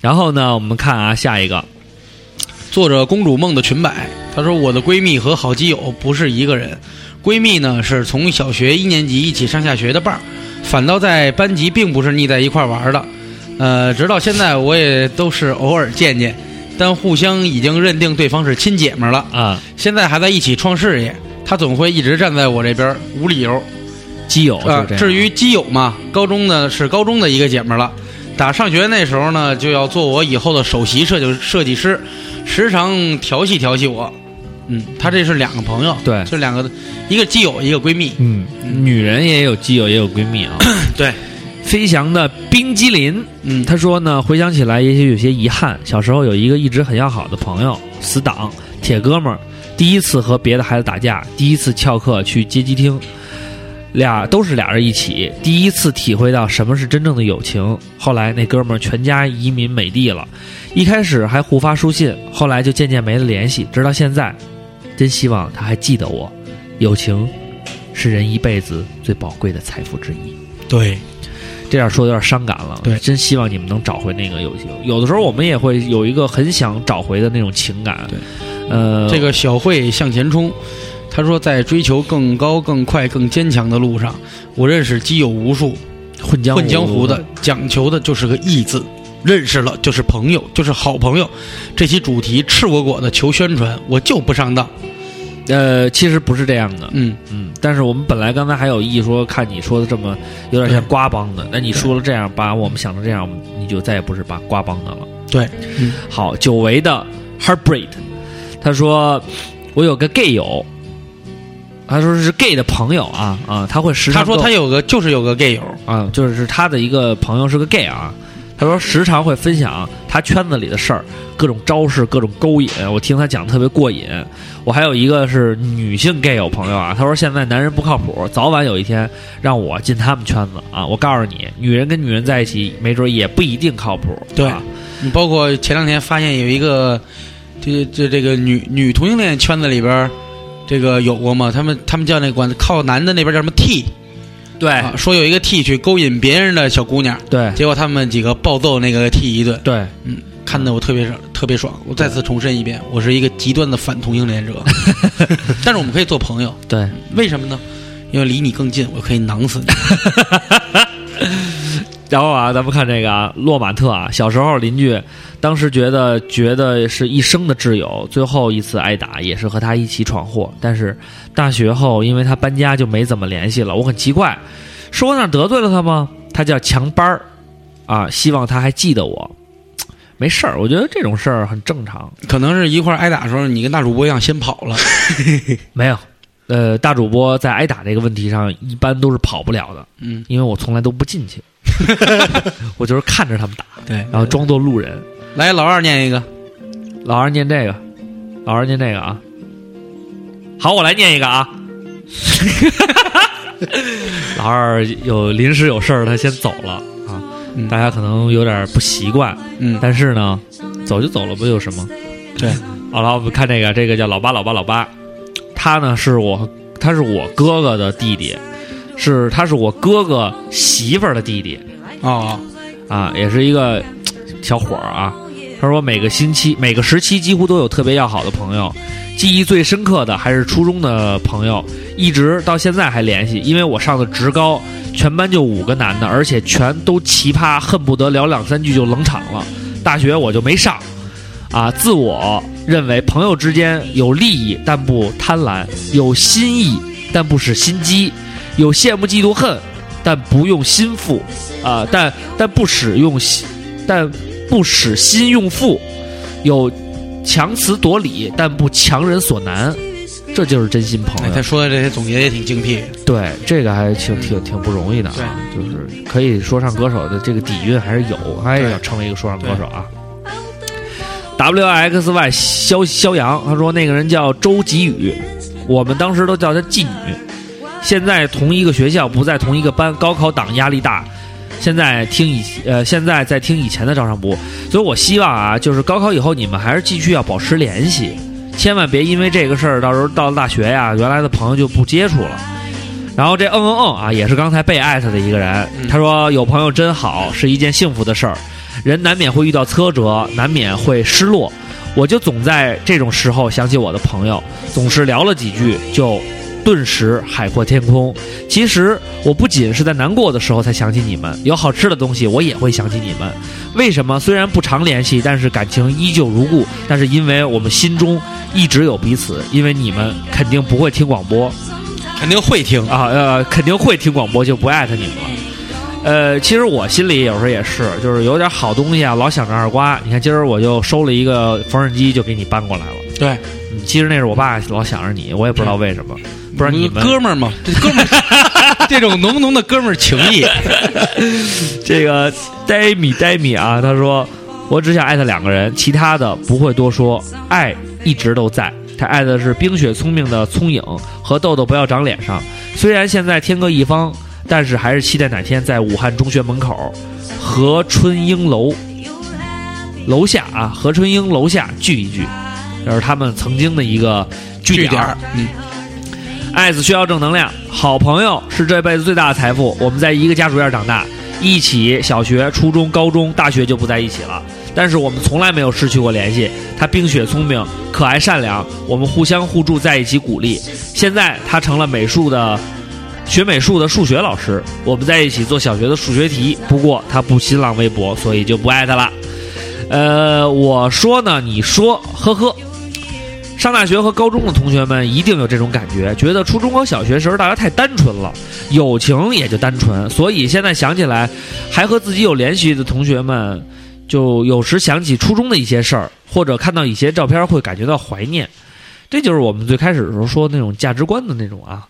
[SPEAKER 1] 然后呢，我们看啊，下一个，
[SPEAKER 2] 作者公主梦的裙摆，她说我的闺蜜和好基友不是一个人，闺蜜呢是从小学一年级一起上下学的伴儿，反倒在班级并不是腻在一块儿玩儿的，呃，直到现在我也都是偶尔见见，但互相已经认定对方是亲姐们儿了，
[SPEAKER 1] 啊，
[SPEAKER 2] 现在还在一起创事业，她总会一直站在我这边儿，无理由，
[SPEAKER 1] 基友哦是这
[SPEAKER 2] 啊，
[SPEAKER 1] 样的
[SPEAKER 2] 至于基友嘛，高中呢是高中的一个姐们儿了。打上学那时候呢，就要做我以后的首席设计设计师，时常调戏调戏我。嗯，她这是两个朋友，
[SPEAKER 1] 对
[SPEAKER 2] 这两个一个基友，一个闺蜜。
[SPEAKER 1] 嗯，女人也有基友，也有闺蜜啊。
[SPEAKER 2] 对，
[SPEAKER 1] 飞翔的冰激凌，
[SPEAKER 2] 嗯，
[SPEAKER 1] 他说呢，回想起来也许有些遗憾，小时候有一个一直很要好的朋友，死党、铁哥们儿，第一次和别的孩子打架，第一次翘课去街机厅，俩都是俩人一起，第一次体会到什么是真正的友情。后来那哥们儿全家移民美帝了，一开始还互发书信，后来就渐渐没了联系，直到现在。真希望他还记得我。友情是人一辈子最宝贵的财富之一。
[SPEAKER 2] 对，
[SPEAKER 1] 这样说有点伤感了。
[SPEAKER 2] 对
[SPEAKER 1] 真希望你们能找回那个友情。有的时候我们也会有一个很想找回的那种情感。
[SPEAKER 2] 对，
[SPEAKER 1] 呃，
[SPEAKER 2] 这个小慧向前冲，她说在追求更高、更快、更坚强的路上，我认识基友无数，
[SPEAKER 1] 混江
[SPEAKER 2] 混江湖的，讲求的就是个义字。认识了就是朋友，就是好朋友。这期主题赤果果的求宣传，我就不上当。
[SPEAKER 1] 呃，其实不是这样的。
[SPEAKER 2] 嗯，
[SPEAKER 1] 嗯，但是我们本来刚才还有意说，看你说的这么有点像瓜帮的，那你说了这样，把我们想成这样，你就再也不是把瓜帮的了。
[SPEAKER 2] 对，嗯
[SPEAKER 1] 好，久违的 Heartbreak，他说我有个 gay 友，他说是 gay 的朋友啊啊，他会时常
[SPEAKER 2] 她说
[SPEAKER 1] 跟我
[SPEAKER 2] 她有个就是有个 gay 友，
[SPEAKER 1] 啊，就是他的一个朋友是个 gay 啊，他说时常会分享他圈子里的事儿，各种招式，各种勾引，我听他讲得特别过瘾。我还有一个是女性 gay 有朋友啊，他说现在男人不靠谱，早晚有一天让我进他们圈子啊。我告诉你，女人跟女人在一起，没准也不一定靠谱。
[SPEAKER 2] 对
[SPEAKER 1] 啊
[SPEAKER 2] 你包括前两天发现有一个，这这这个女女同性恋圈子里边儿，这个有过嘛？他们他们叫那管靠男的那边叫什么 T，、
[SPEAKER 1] 对、
[SPEAKER 2] 啊、说有一个 T 去勾引别人的小姑娘，
[SPEAKER 1] 对
[SPEAKER 2] 结果他们几个暴揍那个 T 一顿，
[SPEAKER 1] 对，
[SPEAKER 2] 看得我特别特别爽。我再次重申一遍，我是一个极端的反同性恋者，但是我们可以做朋友，
[SPEAKER 1] 对，
[SPEAKER 2] 为什么呢？因为离你更近，我可以囊死你。
[SPEAKER 1] 然后啊，咱们看这个啊，洛马特啊，小时候邻居，当时觉得觉得是一生的挚友，最后一次挨打也是和他一起闯祸。但是大学后，因为他搬家就没怎么联系了。我很奇怪，是我哪儿得罪了他吗？他叫强班儿，啊，希望他还记得我。没事儿，我觉得这种事儿很正常。
[SPEAKER 2] 可能是一块儿挨打的时候，你跟大主播一样先跑了，
[SPEAKER 1] 没有，呃，大主播在挨打这个问题上，一般都是跑不了的，
[SPEAKER 2] 嗯，
[SPEAKER 1] 因为我从来都不进去， 我就是看着他们打，
[SPEAKER 2] 对。
[SPEAKER 1] 然后装作路人。
[SPEAKER 2] 来，老二念一个，
[SPEAKER 1] 老二念这个，老二念这个啊。好，我来念一个啊。 老二有临时有事儿，他先走了啊。
[SPEAKER 2] 嗯
[SPEAKER 1] 大家可能有点不习惯，
[SPEAKER 2] 嗯，
[SPEAKER 1] 但是呢，走就走了，不有什么？
[SPEAKER 2] 对。
[SPEAKER 1] 好了，我们看这个，这个叫老八，老八，老八。他呢是我，他是我哥哥的弟弟，是他是我哥哥媳妇儿的弟弟。
[SPEAKER 2] 哦，
[SPEAKER 1] 啊，也是一个小伙儿啊。他说每个星期、每个时期几乎都有特别要好的朋友，记忆最深刻的还是初中的朋友，一直到现在还联系。因为我上的职高，全班就五个男的，而且全都奇葩，恨不得聊两三句就冷场了。大学我就没上，啊，自我认为朋友之间有利益但不贪婪，有心意但不使心机，有羡慕嫉妒恨，但不用心腹，啊、但但不使用心，但不使心用腹，有强词夺理但不强人所难，这就是真心朋
[SPEAKER 2] 哎，
[SPEAKER 1] 友
[SPEAKER 2] 他。说的这些总结也挺精辟。
[SPEAKER 1] 对，这个还挺挺挺不容易的啊，就是可以说唱歌手的这个底蕴还是有，他也
[SPEAKER 2] 对
[SPEAKER 1] 想成为一个说唱歌手啊。W X Y 肖肖阳，他说那个人叫周吉宇，我们当时都叫她妓女。现在同一个学校，不在同一个班，高考党压力大。现在听以呃，现在在听以前的照常不误，所以我希望啊，就是高考以后你们还是继续要保持联系，千万别因为这个事儿，到时候到了大学呀、原来的朋友就不接触了。然后这嗯嗯嗯啊，也是刚才被艾特的一个人，
[SPEAKER 2] 嗯
[SPEAKER 1] 他说有朋友真好，是一件幸福的事儿。人难免会遇到挫折，难免会失落，我就总在这种时候想起我的朋友，总是聊了几句就顿时海阔天空。其实我不仅是在难过的时候才想起你们，有好吃的东西我也会想起你们。为什么？虽然不常联系，但是感情依旧如故。但是因为我们心中一直有彼此，因为你们肯定不会听广播，
[SPEAKER 2] 肯定会听。
[SPEAKER 1] 啊，呃，肯定会听广播，就不艾特你们了。呃，其实我心里有时候也是，就是有点好东西啊，老想着二瓜。你看，今儿我就收了一个缝纫机，就给你搬过来了。
[SPEAKER 2] 对，
[SPEAKER 1] 嗯其实那是我爸老想着你，我也不知道为什么。不然你们
[SPEAKER 2] 哥们儿嘛，这哥们 儿这种浓浓的哥们儿情谊，
[SPEAKER 1] 这个呆米呆米啊，他说我只想艾特两个人，其他的不会多说，爱一直都在。他艾特的是冰雪聪明的聪颖和豆豆不要长脸上。虽然现在天各一方，但是还是期待哪天在武汉中学门口和春英楼楼下啊，和春英楼下聚一聚，就是他们曾经的一个据
[SPEAKER 2] 据
[SPEAKER 1] 点
[SPEAKER 2] 点
[SPEAKER 1] 儿
[SPEAKER 2] 儿。，嗯，
[SPEAKER 1] 爱子需要正能量，好朋友是这辈子最大的财富。我们在一个家属院长大，一起小学、初中、高中、大学就不在一起了，但是我们从来没有失去过联系。他冰雪聪明，可爱善良，我们互相互助，在一起鼓励。现在他成了美术的。学美术的数学老师，我们在一起做小学的数学题。不过他不新浪微博，所以就不爱他了。呃，我说呢，你说，呵呵。上大学和高中的同学们一定有这种感觉，觉得初中和小学时候大家太单纯了，友情也就单纯。所以现在想起来，还和自己有联系的同学们，就有时想起初中的一些事儿，或者看到一些照片会感觉到怀念。这就是我们最开始的时候说那种价值观的那种啊。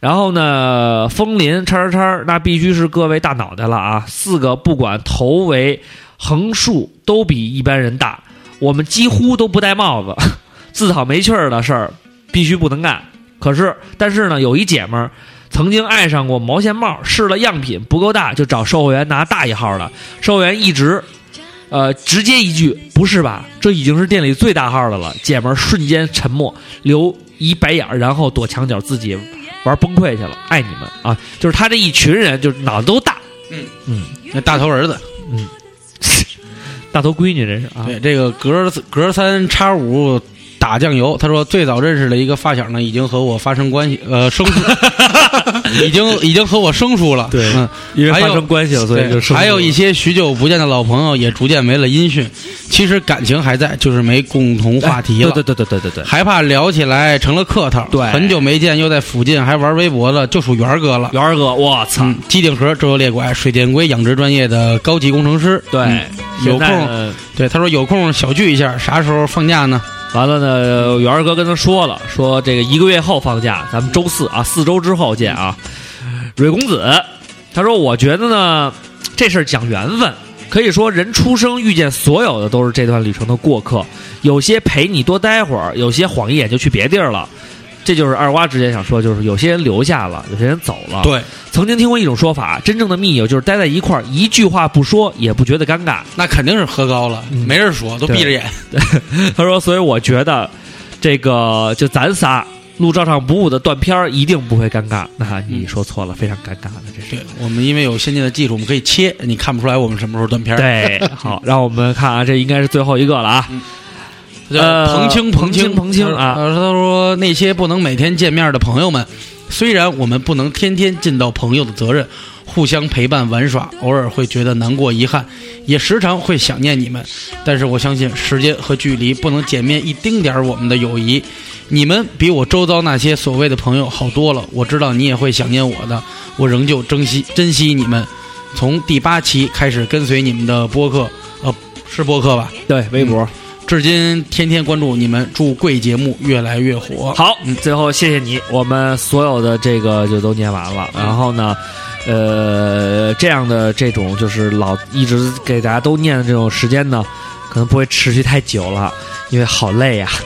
[SPEAKER 1] 然后呢，枫林叉叉叉，那必须是各位大脑袋了啊！四个不管头围、横竖都比一般人大，我们几乎都不戴帽子。 自讨没趣儿的事儿必须不能干。可是，但是呢，有一姐们儿曾经爱上过毛线帽，试了样品不够大，就找售货员拿大一号的。售货员一直，呃，直接一句：“不是吧？这已经是店里最大号的了。”姐们儿瞬间沉默，留一白眼儿，然后躲墙角自己玩崩溃去了。爱你们啊！就是他这一群人，就是脑子都大，
[SPEAKER 2] 那大头儿子，
[SPEAKER 1] 大头闺女这是啊。
[SPEAKER 2] 对这个格格三叉五打酱油，他说最早认识的一个发小呢，已经和我发生关系，呃，生疏， 已经已经和我生疏了，
[SPEAKER 1] 对
[SPEAKER 2] 嗯，
[SPEAKER 1] 因为
[SPEAKER 2] 还
[SPEAKER 1] 发
[SPEAKER 2] 有
[SPEAKER 1] 生关系了，所以就
[SPEAKER 2] 对
[SPEAKER 1] 生疏
[SPEAKER 2] 还有
[SPEAKER 1] 了
[SPEAKER 2] 一些许久不见的老朋友也逐渐没了音讯，其实感情还在，就是没共同话题了。
[SPEAKER 1] 哎对
[SPEAKER 2] 嗯
[SPEAKER 1] 对对对对对对，
[SPEAKER 2] 害怕聊起来成了客套，
[SPEAKER 1] 对
[SPEAKER 2] 很久没见，又在附近还玩微博了，就属元儿哥了。
[SPEAKER 1] 元儿哥，我操，
[SPEAKER 2] 嗯，机顶盒、周游列拐、水电龟养殖专业的高级工程师。
[SPEAKER 1] 对
[SPEAKER 2] 嗯，有
[SPEAKER 1] 现在呃
[SPEAKER 2] 空
[SPEAKER 1] 呢
[SPEAKER 2] 对他说有空小聚一下，啥时候放假呢？
[SPEAKER 1] 完了呢，元儿哥跟他说了，说这个一个月后放假，咱们周四啊，四周之后见啊。蕊公子，他说我觉得呢，这事儿讲缘分，可以说人出生遇见所有的都是这段旅程的过客，有些陪你多待会儿，有些晃一眼就去别地儿了。这就是二瓜之前想说，就是有些人留下了，有些人走了。
[SPEAKER 2] 对，
[SPEAKER 1] 曾经听过一种说法，真正的密友就是待在一块儿，一句话不说也不觉得尴尬。
[SPEAKER 2] 那肯定是喝高了，
[SPEAKER 1] 嗯
[SPEAKER 2] 没人说，都
[SPEAKER 1] 对
[SPEAKER 2] 闭着眼。
[SPEAKER 1] 他说：“所以我觉得，这个就咱仨录照常不误的断片儿一定不会尴尬。那你说错了，非常尴尬的，这是
[SPEAKER 2] 对。我们因为有先进的技术，我们可以切，你看不出来我们什么时候断片儿。
[SPEAKER 1] 对，好，让我们看啊，这应该是最后一个了啊。
[SPEAKER 2] 对
[SPEAKER 1] 呃
[SPEAKER 2] 彭清，
[SPEAKER 1] 彭清
[SPEAKER 2] 清，
[SPEAKER 1] 彭清啊
[SPEAKER 2] 他说他说那些不能每天见面的朋友们，虽然我们不能天天尽到朋友的责任，互相陪伴玩耍，偶尔会觉得难过遗憾，也时常会想念你们。但是我相信时间和距离不能减灭一丁点儿我们的友谊。你们比我周遭那些所谓的朋友好多了，我知道你也会想念我的，我仍旧珍惜珍惜你们。从第八期开始跟随你们的播客，呃，是播客吧？
[SPEAKER 1] 对，微博、
[SPEAKER 2] 至今天天关注你们，祝贵节目越来越火。
[SPEAKER 1] 好，最后谢谢你，我们所有的这个就都念完了。然后呢，呃，这样的这种就是老一直给大家都念的这种时间呢，可能不会持续太久了，因为好累啊呀、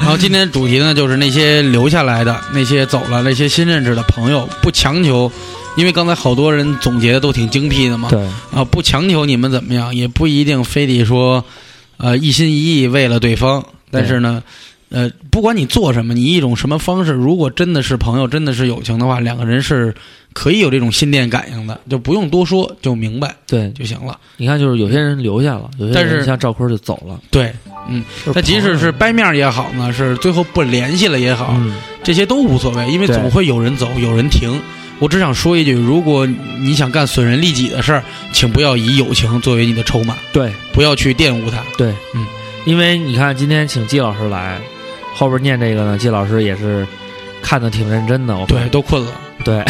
[SPEAKER 2] 然后今天主题呢，就是那些留下来的、那些走了、那些新认识的朋友，不强求，因为刚才好多人总结的都挺精辟的嘛。
[SPEAKER 1] 对，
[SPEAKER 2] 啊，不强求你们怎么样，也不一定非得说，呃，一心一意为了对方。但是呢，呃，不管你做什么，你以一种什么方式，如果真的是朋友，真的是友情的话，两个人是可以有这种心电感应的，就不用多说，就明白
[SPEAKER 1] 对，
[SPEAKER 2] 就行了。
[SPEAKER 1] 你看，就是有些人留下了，有些
[SPEAKER 2] 但是
[SPEAKER 1] 人像赵坤就走了。
[SPEAKER 2] 对，
[SPEAKER 1] 就是
[SPEAKER 2] 那即
[SPEAKER 1] 朋友
[SPEAKER 2] 使是掰面儿也好呢，是最后不联系了也好，
[SPEAKER 1] 嗯，
[SPEAKER 2] 这些都无所谓，因为
[SPEAKER 1] 对
[SPEAKER 2] 总会有人走，有人停。我只想说一句，如果你想干损人利己的事儿，请不要以友情作为你的筹码，
[SPEAKER 1] 对
[SPEAKER 2] 不要去玷污它。
[SPEAKER 1] 对，
[SPEAKER 2] 嗯，
[SPEAKER 1] 因为你看今天请季老师来，后边念这个呢，季老师也是看的挺认真的，我
[SPEAKER 2] 对，
[SPEAKER 1] 看
[SPEAKER 2] 都困了。
[SPEAKER 1] 对。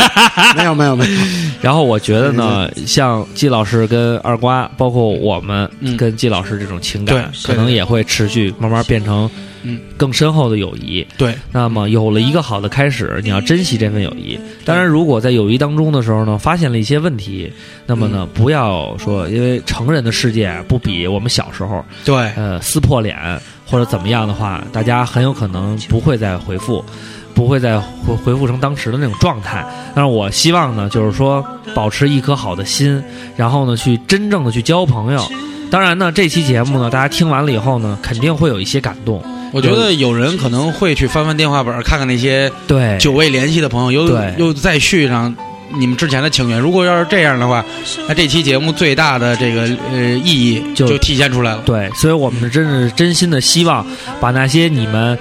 [SPEAKER 4] 没有没有没有，
[SPEAKER 1] 然后我觉得呢，像季老师跟二瓜，包括我们
[SPEAKER 2] 嗯
[SPEAKER 1] 跟季老师这种情感，
[SPEAKER 2] 对
[SPEAKER 1] 可能也会持续慢慢变成
[SPEAKER 2] 嗯
[SPEAKER 1] 更深厚的友谊。
[SPEAKER 2] 对，
[SPEAKER 1] 那么有了一个好的开始，你要珍惜这份友谊。当然，如果在友谊当中的时候呢，发现了一些问题，那么呢，不要说因为成人的世界不比我们小时候，
[SPEAKER 2] 对，
[SPEAKER 1] 呃，撕破脸或者怎么样的话，大家很有可能不会再回复，不会再回回复成当时的那种状态。但是我希望呢，就是说保持一颗好的心，然后呢，去真正的去交朋友。当然呢，这期节目呢，大家听完了以后呢，肯定会有一些感动。
[SPEAKER 2] 我觉得有人可能会去翻翻电话本儿，看看那些
[SPEAKER 1] 对，
[SPEAKER 2] 久未联系的朋友，又
[SPEAKER 1] 对
[SPEAKER 2] 又再续上你们之前的情缘。如果要是这样的话，那这期节目最大的这个呃意义
[SPEAKER 1] 就
[SPEAKER 2] 就体现出来了。
[SPEAKER 1] 对，所以我们是真是真心的希望把那些你们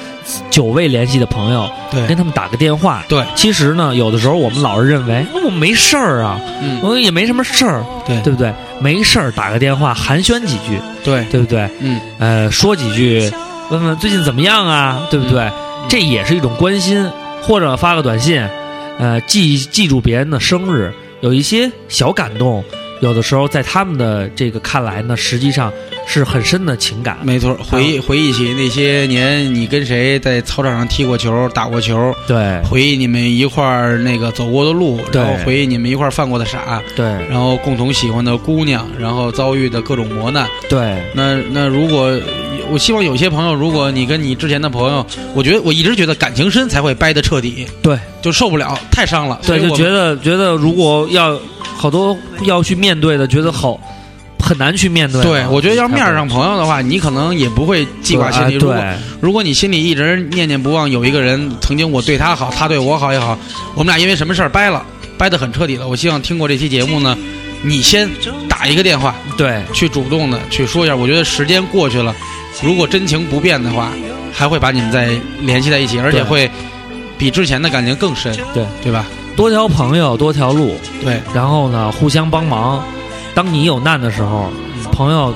[SPEAKER 1] 久未联系的朋友跟
[SPEAKER 2] 对，
[SPEAKER 1] 他们打个电话。
[SPEAKER 2] 对，
[SPEAKER 1] 其实呢，有的时候我们老是认为哦我没事儿啊，
[SPEAKER 2] 嗯，
[SPEAKER 1] 我也没什么事儿，
[SPEAKER 2] 对
[SPEAKER 1] 对不对？没事儿打个电话寒暄几句，
[SPEAKER 2] 对，
[SPEAKER 1] 对不对？
[SPEAKER 2] 嗯，
[SPEAKER 1] 呃，说几句，问问最近怎么样啊，对不对？这也是一种关心，或者发个短信，呃，记记住别人的生日，有一些小感动，有的时候在他们的这个看来呢，实际上是很深的情感。
[SPEAKER 2] 没错。回忆回忆起那些年，你跟谁在操场上踢过球、打过球，
[SPEAKER 1] 对
[SPEAKER 2] 回忆你们一块儿那个走过的路，
[SPEAKER 1] 对
[SPEAKER 2] 然后回忆你们一块儿犯过的傻，
[SPEAKER 1] 对
[SPEAKER 2] 然后共同喜欢的姑娘，然后遭遇的各种磨难。
[SPEAKER 1] 对，
[SPEAKER 2] 那那如果我希望有些朋友，如果你跟你之前的朋友，我觉得我一直觉得感情深才会掰得彻底，
[SPEAKER 1] 对，
[SPEAKER 2] 就受不了，太伤了，所
[SPEAKER 1] 对，
[SPEAKER 2] 以
[SPEAKER 1] 就
[SPEAKER 2] 我
[SPEAKER 1] 觉得觉得如果要好多要去面对的，觉得好很难去面对。
[SPEAKER 2] 对，我觉得要面儿上朋友的话，你可能也不会记挂心里。
[SPEAKER 1] 哎
[SPEAKER 2] 如果
[SPEAKER 1] 对
[SPEAKER 2] 如果你心里一直念念不忘有一个人，曾经我对他好，他对我好也好，我们俩因为什么事儿掰了，掰得很彻底了。我希望听过这期节目呢，你先打一个电话
[SPEAKER 1] 对
[SPEAKER 2] 去主动的去说一下。我觉得时间过去了，如果真情不变的话，还会把你们再联系在一起，而且会比之前的感情更深。
[SPEAKER 1] 对，
[SPEAKER 2] 对吧？
[SPEAKER 1] 多条朋友多条路，
[SPEAKER 2] 对，
[SPEAKER 1] 然后呢互相帮忙。当你有难的时候，
[SPEAKER 2] 嗯
[SPEAKER 1] 朋友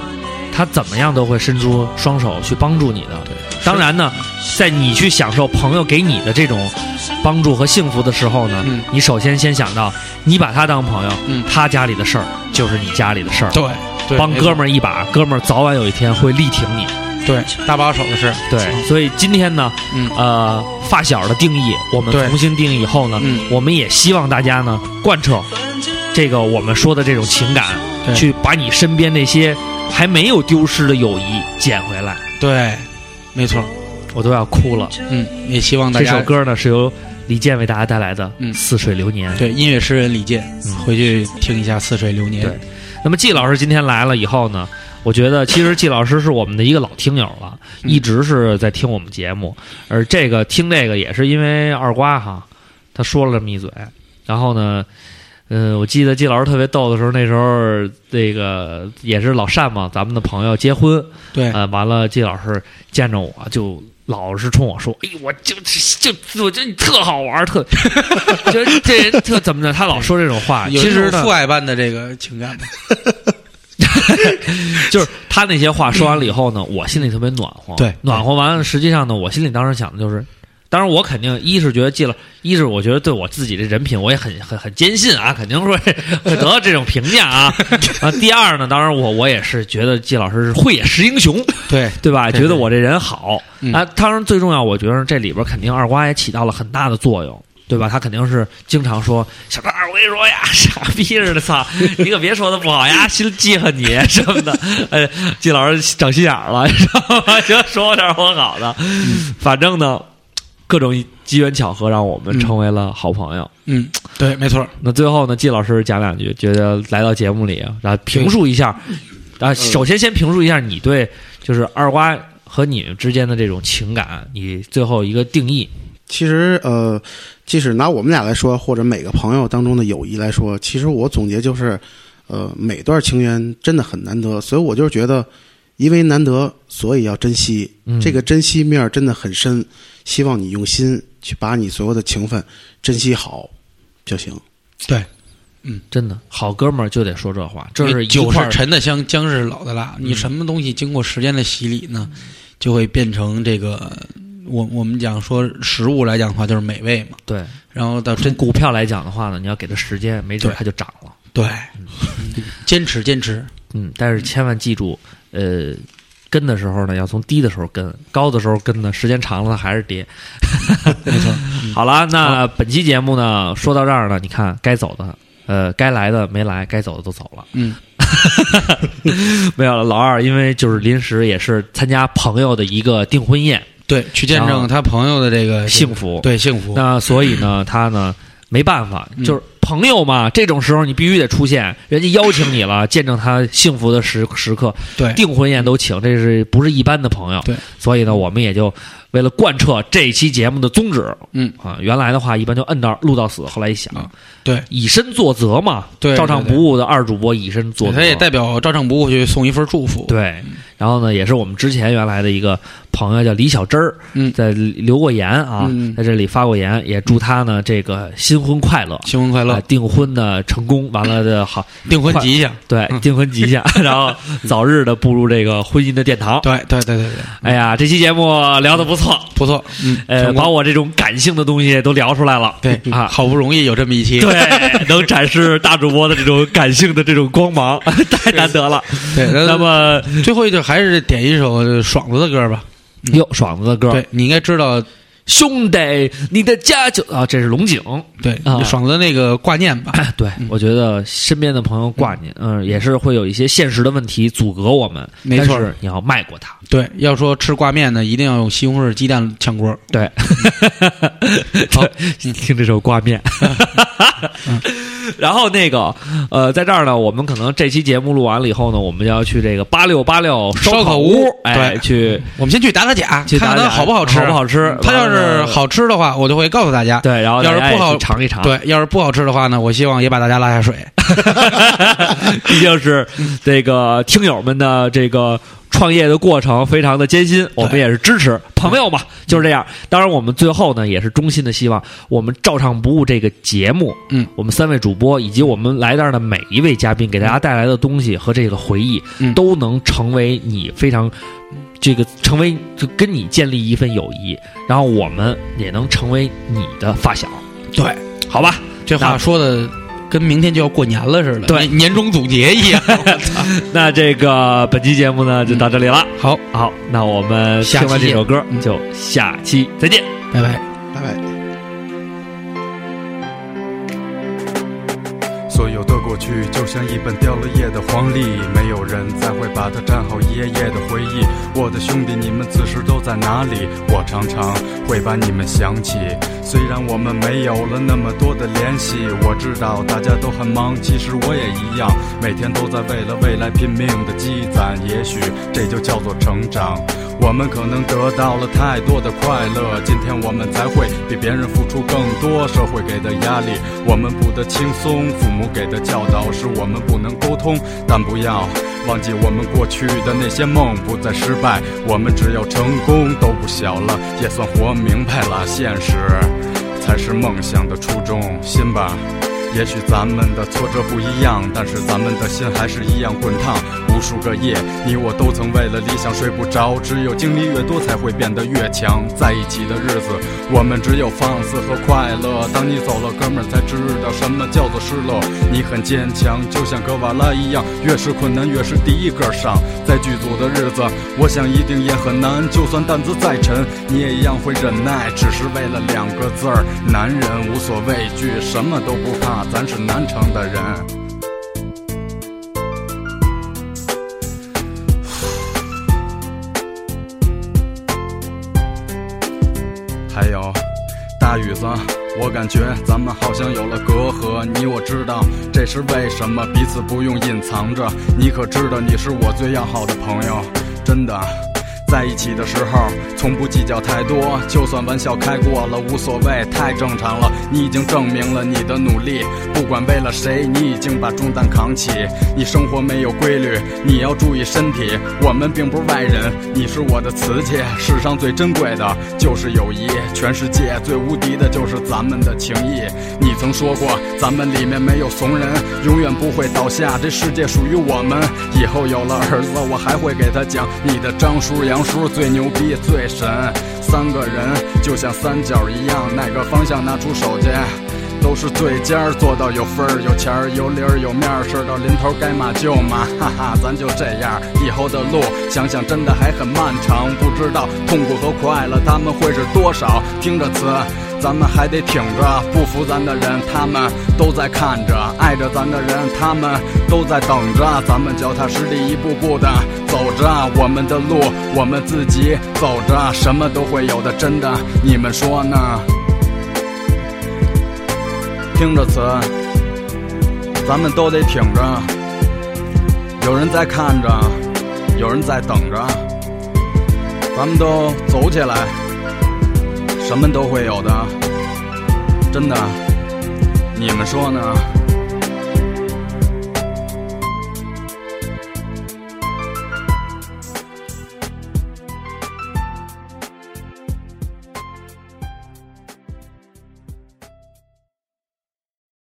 [SPEAKER 1] 他怎么样都会伸出双手去帮助你的。当然呢，在你去享受朋友给你的这种帮助和幸福的时候呢，
[SPEAKER 2] 嗯
[SPEAKER 1] 你首先先想到你把他当朋友，
[SPEAKER 2] 嗯
[SPEAKER 1] 他家里的事儿就是你家里的事儿。
[SPEAKER 2] 对，对
[SPEAKER 1] 帮
[SPEAKER 2] 没
[SPEAKER 1] 哥们儿一把，哥们儿早晚有一天会力挺你。
[SPEAKER 2] 错对搭把手的事，
[SPEAKER 1] 对，所以今天呢，
[SPEAKER 2] 嗯
[SPEAKER 1] 呃，发小的定义我们
[SPEAKER 2] 对
[SPEAKER 1] 重新定义以后呢，
[SPEAKER 2] 嗯
[SPEAKER 1] 我们也希望大家呢贯彻这个我们说的这种情感，
[SPEAKER 2] 对
[SPEAKER 1] 去把你身边那些还没有丢失的友谊捡回来。
[SPEAKER 2] 对，没错，
[SPEAKER 1] 我都要哭了。
[SPEAKER 2] 嗯，也希望大
[SPEAKER 1] 这
[SPEAKER 2] 家
[SPEAKER 1] 首歌呢是由李健为大家带来的
[SPEAKER 2] 嗯
[SPEAKER 1] 《似水流年》。
[SPEAKER 2] 对，音乐诗人李健，回去听一下《似水流年》。
[SPEAKER 1] 嗯对那么季老师今天来了以后呢，我觉得其实季老师是我们的一个老听友了，
[SPEAKER 2] 嗯
[SPEAKER 1] 一直是在听我们节目，而这个听这个也是因为二瓜哈，他说了这么一嘴，然后呢。嗯，我记得季老师特别逗的时候，那时候那个也是老单嘛，咱们的朋友结婚，
[SPEAKER 2] 对
[SPEAKER 1] 呃，完了季老师见着我就老是冲我说：“哎呦，我就就我觉得你特好玩儿，特 就这人特怎么着？”他老说这种话，
[SPEAKER 2] 有
[SPEAKER 1] 其
[SPEAKER 2] 一
[SPEAKER 1] 实
[SPEAKER 2] 种
[SPEAKER 1] 呢
[SPEAKER 2] 父，爱般的这个情感吧。
[SPEAKER 1] 就是他那些话说完了以后呢，我心里特别暖和。
[SPEAKER 2] 对
[SPEAKER 1] 暖和完了，实际上呢，我心里当时想的就是，当然我肯定一是觉得记了，一是我觉得对我自己这人品我也很很很坚信啊，肯定会会得到这种评价 啊。啊，第二呢，当然我我也是觉得季老师是慧眼识英雄，
[SPEAKER 2] 对
[SPEAKER 1] 对吧？
[SPEAKER 2] 对
[SPEAKER 1] 觉得我这人好
[SPEAKER 2] 嗯
[SPEAKER 1] 啊。当然最重要，我觉得这里边肯定二瓜也起到了很大的作用。对吧？他肯定是经常说小赵，我跟你说呀， 傻逼似的， 操！你可别说他不好呀，心记恨你什么的。哎，季老师长心眼儿了，知道吗？ 就说我点儿我好的，
[SPEAKER 2] 嗯
[SPEAKER 1] 反正呢，各种机缘巧合让我们成为了好朋友。
[SPEAKER 2] 嗯，对，没错。
[SPEAKER 1] 那最后呢，季老师讲两句，觉得来到节目里，然后评述一下，啊，首先先评述一下你对就是二瓜和你们之间的这种情感，你最后一个定义。
[SPEAKER 4] 其实呃，即使拿我们俩来说，或者每个朋友当中的友谊来说，其实我总结就是，呃，每段情缘真的很难得，所以我就是觉得，因为难得，所以要珍惜。
[SPEAKER 1] 嗯
[SPEAKER 4] 这个珍惜面儿真的很深，希望你用心去把你所有的情分珍惜好就行。
[SPEAKER 2] 对，
[SPEAKER 1] 真的，好哥们儿就得说这话，这是一
[SPEAKER 2] 酒
[SPEAKER 1] 块
[SPEAKER 2] 是
[SPEAKER 1] 儿
[SPEAKER 2] 陈的香，姜是老的辣。你什么东西经过时间的洗礼呢，就会变成这个。我我们讲说食物来讲的话，就是美味嘛。
[SPEAKER 1] 对。
[SPEAKER 2] 然后到
[SPEAKER 1] 跟
[SPEAKER 2] 真
[SPEAKER 1] 股票来讲的话呢，你要给它时间，没准
[SPEAKER 2] 对
[SPEAKER 1] 它就涨了。
[SPEAKER 2] 对， 坚持坚持。
[SPEAKER 1] 嗯，但是千万记住，呃，跟的时候呢，要从低的时候跟，高的时候跟呢，时间长了它还是跌。
[SPEAKER 2] 没错，
[SPEAKER 1] 好了，那本期节目呢，说到这儿呢，你看该走的，呃，该来的没来，该走的都走了。
[SPEAKER 2] 嗯，
[SPEAKER 1] 没有了，老二因为就是临时也是参加朋友的一个订婚宴，
[SPEAKER 2] 对，去见
[SPEAKER 1] 然后
[SPEAKER 2] 证他朋友的这个
[SPEAKER 1] 幸福。
[SPEAKER 2] 对幸福。
[SPEAKER 1] 那所以 呢，他呢没办法，
[SPEAKER 2] 嗯
[SPEAKER 1] 就是朋友嘛，这种时候你必须得出现，人家邀请你了，见证他幸福的时时刻，
[SPEAKER 2] 对，
[SPEAKER 1] 订婚宴都请，这是不是一般的朋友？
[SPEAKER 2] 对，
[SPEAKER 1] 所以呢，我们也就为了贯彻这一期节目的宗旨，
[SPEAKER 2] 嗯
[SPEAKER 1] 啊，原来的话一般就摁到录到死，后来一想，
[SPEAKER 2] 啊对
[SPEAKER 1] 以身作则嘛，
[SPEAKER 2] 对
[SPEAKER 1] 照唱
[SPEAKER 2] 对对
[SPEAKER 1] 不误的二主播以身作则，
[SPEAKER 2] 他也代表照唱不误去送一份祝福。，
[SPEAKER 1] 对，然后呢，也是我们之前原来的一个朋友叫李小芝儿，
[SPEAKER 2] 嗯
[SPEAKER 1] 在留过言啊，
[SPEAKER 2] 嗯
[SPEAKER 1] 在这里发过言，也祝他呢这个新婚快乐，
[SPEAKER 2] 新婚快乐
[SPEAKER 1] 啊，订婚呢成功，完了的好，
[SPEAKER 2] 订婚吉祥。
[SPEAKER 1] 对， 订婚吉祥，然后早日的步入这个婚姻的殿堂。
[SPEAKER 2] 对对对对对，
[SPEAKER 1] 哎呀，这期节目聊的不错，
[SPEAKER 2] 不错，嗯，
[SPEAKER 1] 呃，
[SPEAKER 2] 成功
[SPEAKER 1] 把我这种感性的东西都聊出来了，
[SPEAKER 2] 对
[SPEAKER 1] 啊。
[SPEAKER 2] 好不容易有这么一期，
[SPEAKER 1] 对，能展示大主播的这种感性的这种光芒， 太难得了。
[SPEAKER 2] 对，
[SPEAKER 1] 那
[SPEAKER 2] 那么
[SPEAKER 1] 么，
[SPEAKER 2] 最后就还是点一首爽子的歌吧。
[SPEAKER 1] 哟，爽子的歌，
[SPEAKER 2] 嗯对，你应该知道，
[SPEAKER 1] 兄弟，你的家就啊，这是龙 井。
[SPEAKER 2] 对
[SPEAKER 1] 啊
[SPEAKER 2] 爽子的那个挂念吧。
[SPEAKER 1] 对，我觉得身边的朋友挂你，嗯，也是会有一些现实的问题阻隔我们，
[SPEAKER 2] 没错
[SPEAKER 1] 但是你要迈过它。
[SPEAKER 2] 对，要说吃挂面呢，一定要用西红柿鸡蛋炝锅。
[SPEAKER 1] 对，好，听这首挂面。 然后那个，呃，在这儿呢，我们可能这期节目录完了以后呢，我们要去这个八六八六
[SPEAKER 2] 烧
[SPEAKER 1] 烤
[SPEAKER 2] 烤屋
[SPEAKER 1] 哎，
[SPEAKER 2] 对
[SPEAKER 1] 去
[SPEAKER 2] 我们先去打打假，
[SPEAKER 1] 去
[SPEAKER 2] 看
[SPEAKER 1] 打
[SPEAKER 2] 看
[SPEAKER 1] 打
[SPEAKER 2] 它好不好吃，
[SPEAKER 1] 好不好吃
[SPEAKER 2] 它要
[SPEAKER 1] 完
[SPEAKER 2] 是
[SPEAKER 1] 了
[SPEAKER 2] 好吃的话，我就会告诉大家。
[SPEAKER 1] 对，然后
[SPEAKER 2] 要是
[SPEAKER 1] 大家也
[SPEAKER 2] 不好
[SPEAKER 1] 去尝一尝，
[SPEAKER 2] 对，要是不好吃的话呢，我希望也把大家拉下水。
[SPEAKER 1] 毕竟是这个听友们的这个创业的过程非常的艰辛，我们也是支持朋友嘛，就是这样。当然，我们最后呢也是衷心的希望，我们照唱不误这个节目，
[SPEAKER 2] 嗯，
[SPEAKER 1] 我们三位主播以及我们来这儿的每一位嘉宾给大家带来的东西和这个回忆，
[SPEAKER 2] 嗯
[SPEAKER 1] 都能成为你非常。这个成为就跟你建立一份友谊，然后我们也能成为你的发小，
[SPEAKER 2] 对，
[SPEAKER 1] 好吧？
[SPEAKER 2] 这话
[SPEAKER 1] 那
[SPEAKER 2] 说的跟明天就要过年了似的，
[SPEAKER 1] 啊对
[SPEAKER 2] 年年终总 结一样。
[SPEAKER 1] 那这个本期节目呢就到这里了。
[SPEAKER 2] 好，
[SPEAKER 1] 好，那我们
[SPEAKER 2] 下
[SPEAKER 1] 听
[SPEAKER 2] 期
[SPEAKER 1] 完这
[SPEAKER 2] 见
[SPEAKER 1] 首歌
[SPEAKER 2] 嗯
[SPEAKER 1] 就下期再见。
[SPEAKER 2] 拜拜。
[SPEAKER 4] 拜拜。
[SPEAKER 7] 所有的过去就像一本掉了页的黄历，没有人再会把它粘好一页页的回忆。我的兄弟，你们此时都在哪里？我常常会把你们想起。虽然我们没有了那么多的联系，我知道大家都很忙，其实我也一样，每天都在为了未来拼命的积攒。也许这就叫做成长。我们可能得到了太多的快乐，今天我们才会比别人付出更多。社会给的压力，我们不得轻松；父母给的教导是我们不能沟通，但不要忘记我们过去的那些梦，不再失败。我们只要成功都不小了，也算活明白了，现实才是梦想的初衷。心吧。也许咱们的挫折不一样，但是咱们的心还是一样滚烫。无数个夜，你我都曾为了理想睡不着，只有经历越多，才会变得越强。在一起的日子，我们只有放肆和快乐。当你走了，哥们儿才知道什么叫做失落。你很坚强，就像格瓦拉一样，越是困难越是第一个上。在剧组的日子，我想一定也很难。就算担子再沉，你也一样会忍耐，只是为了两个字儿：男人无所畏惧，什么都不怕。咱是南城的人。还有，大宇子，我感觉咱们好像有了隔阂，你我知道这是为什么，彼此不用隐藏着。你可知道你是我最要好的朋友，真的。在一起的时候，从不计较太多，就算玩笑开过了，无所谓，太正常了。你已经证明了你的努力，不管为了谁，你已经把重担扛起。你生活没有规律，你要注意身体。我们并不是外人，你是我的瓷器，世上最珍贵的就是友谊，全世界最无敌的就是咱们的情谊。你曾说过，咱们里面没有怂人，永远不会倒下，这世界属于我们。以后有了儿子，我还会给他讲你的张叔、杨叔最牛逼、最神。三个人就像三角一样，哪个方向拿出手去？都是对尖儿，做到有分儿、有钱儿、有理儿、有面儿，事儿到临头该骂就骂， 哈哈，咱就这样。以后的路想想真的还很漫长，不知道痛苦和快乐他们会是多少。听着词，咱们还得挺着。不服咱的人，他们都在看着；爱着咱的人，他们都在等着。咱们脚踏实地，一步步的走着我们的路，我们自己走着，什么都会有的，真的，你们说呢？听着词，咱们都得挺着。有人在看着，有人在等着，咱们都走起来，什么都会有的，真的，你们说呢？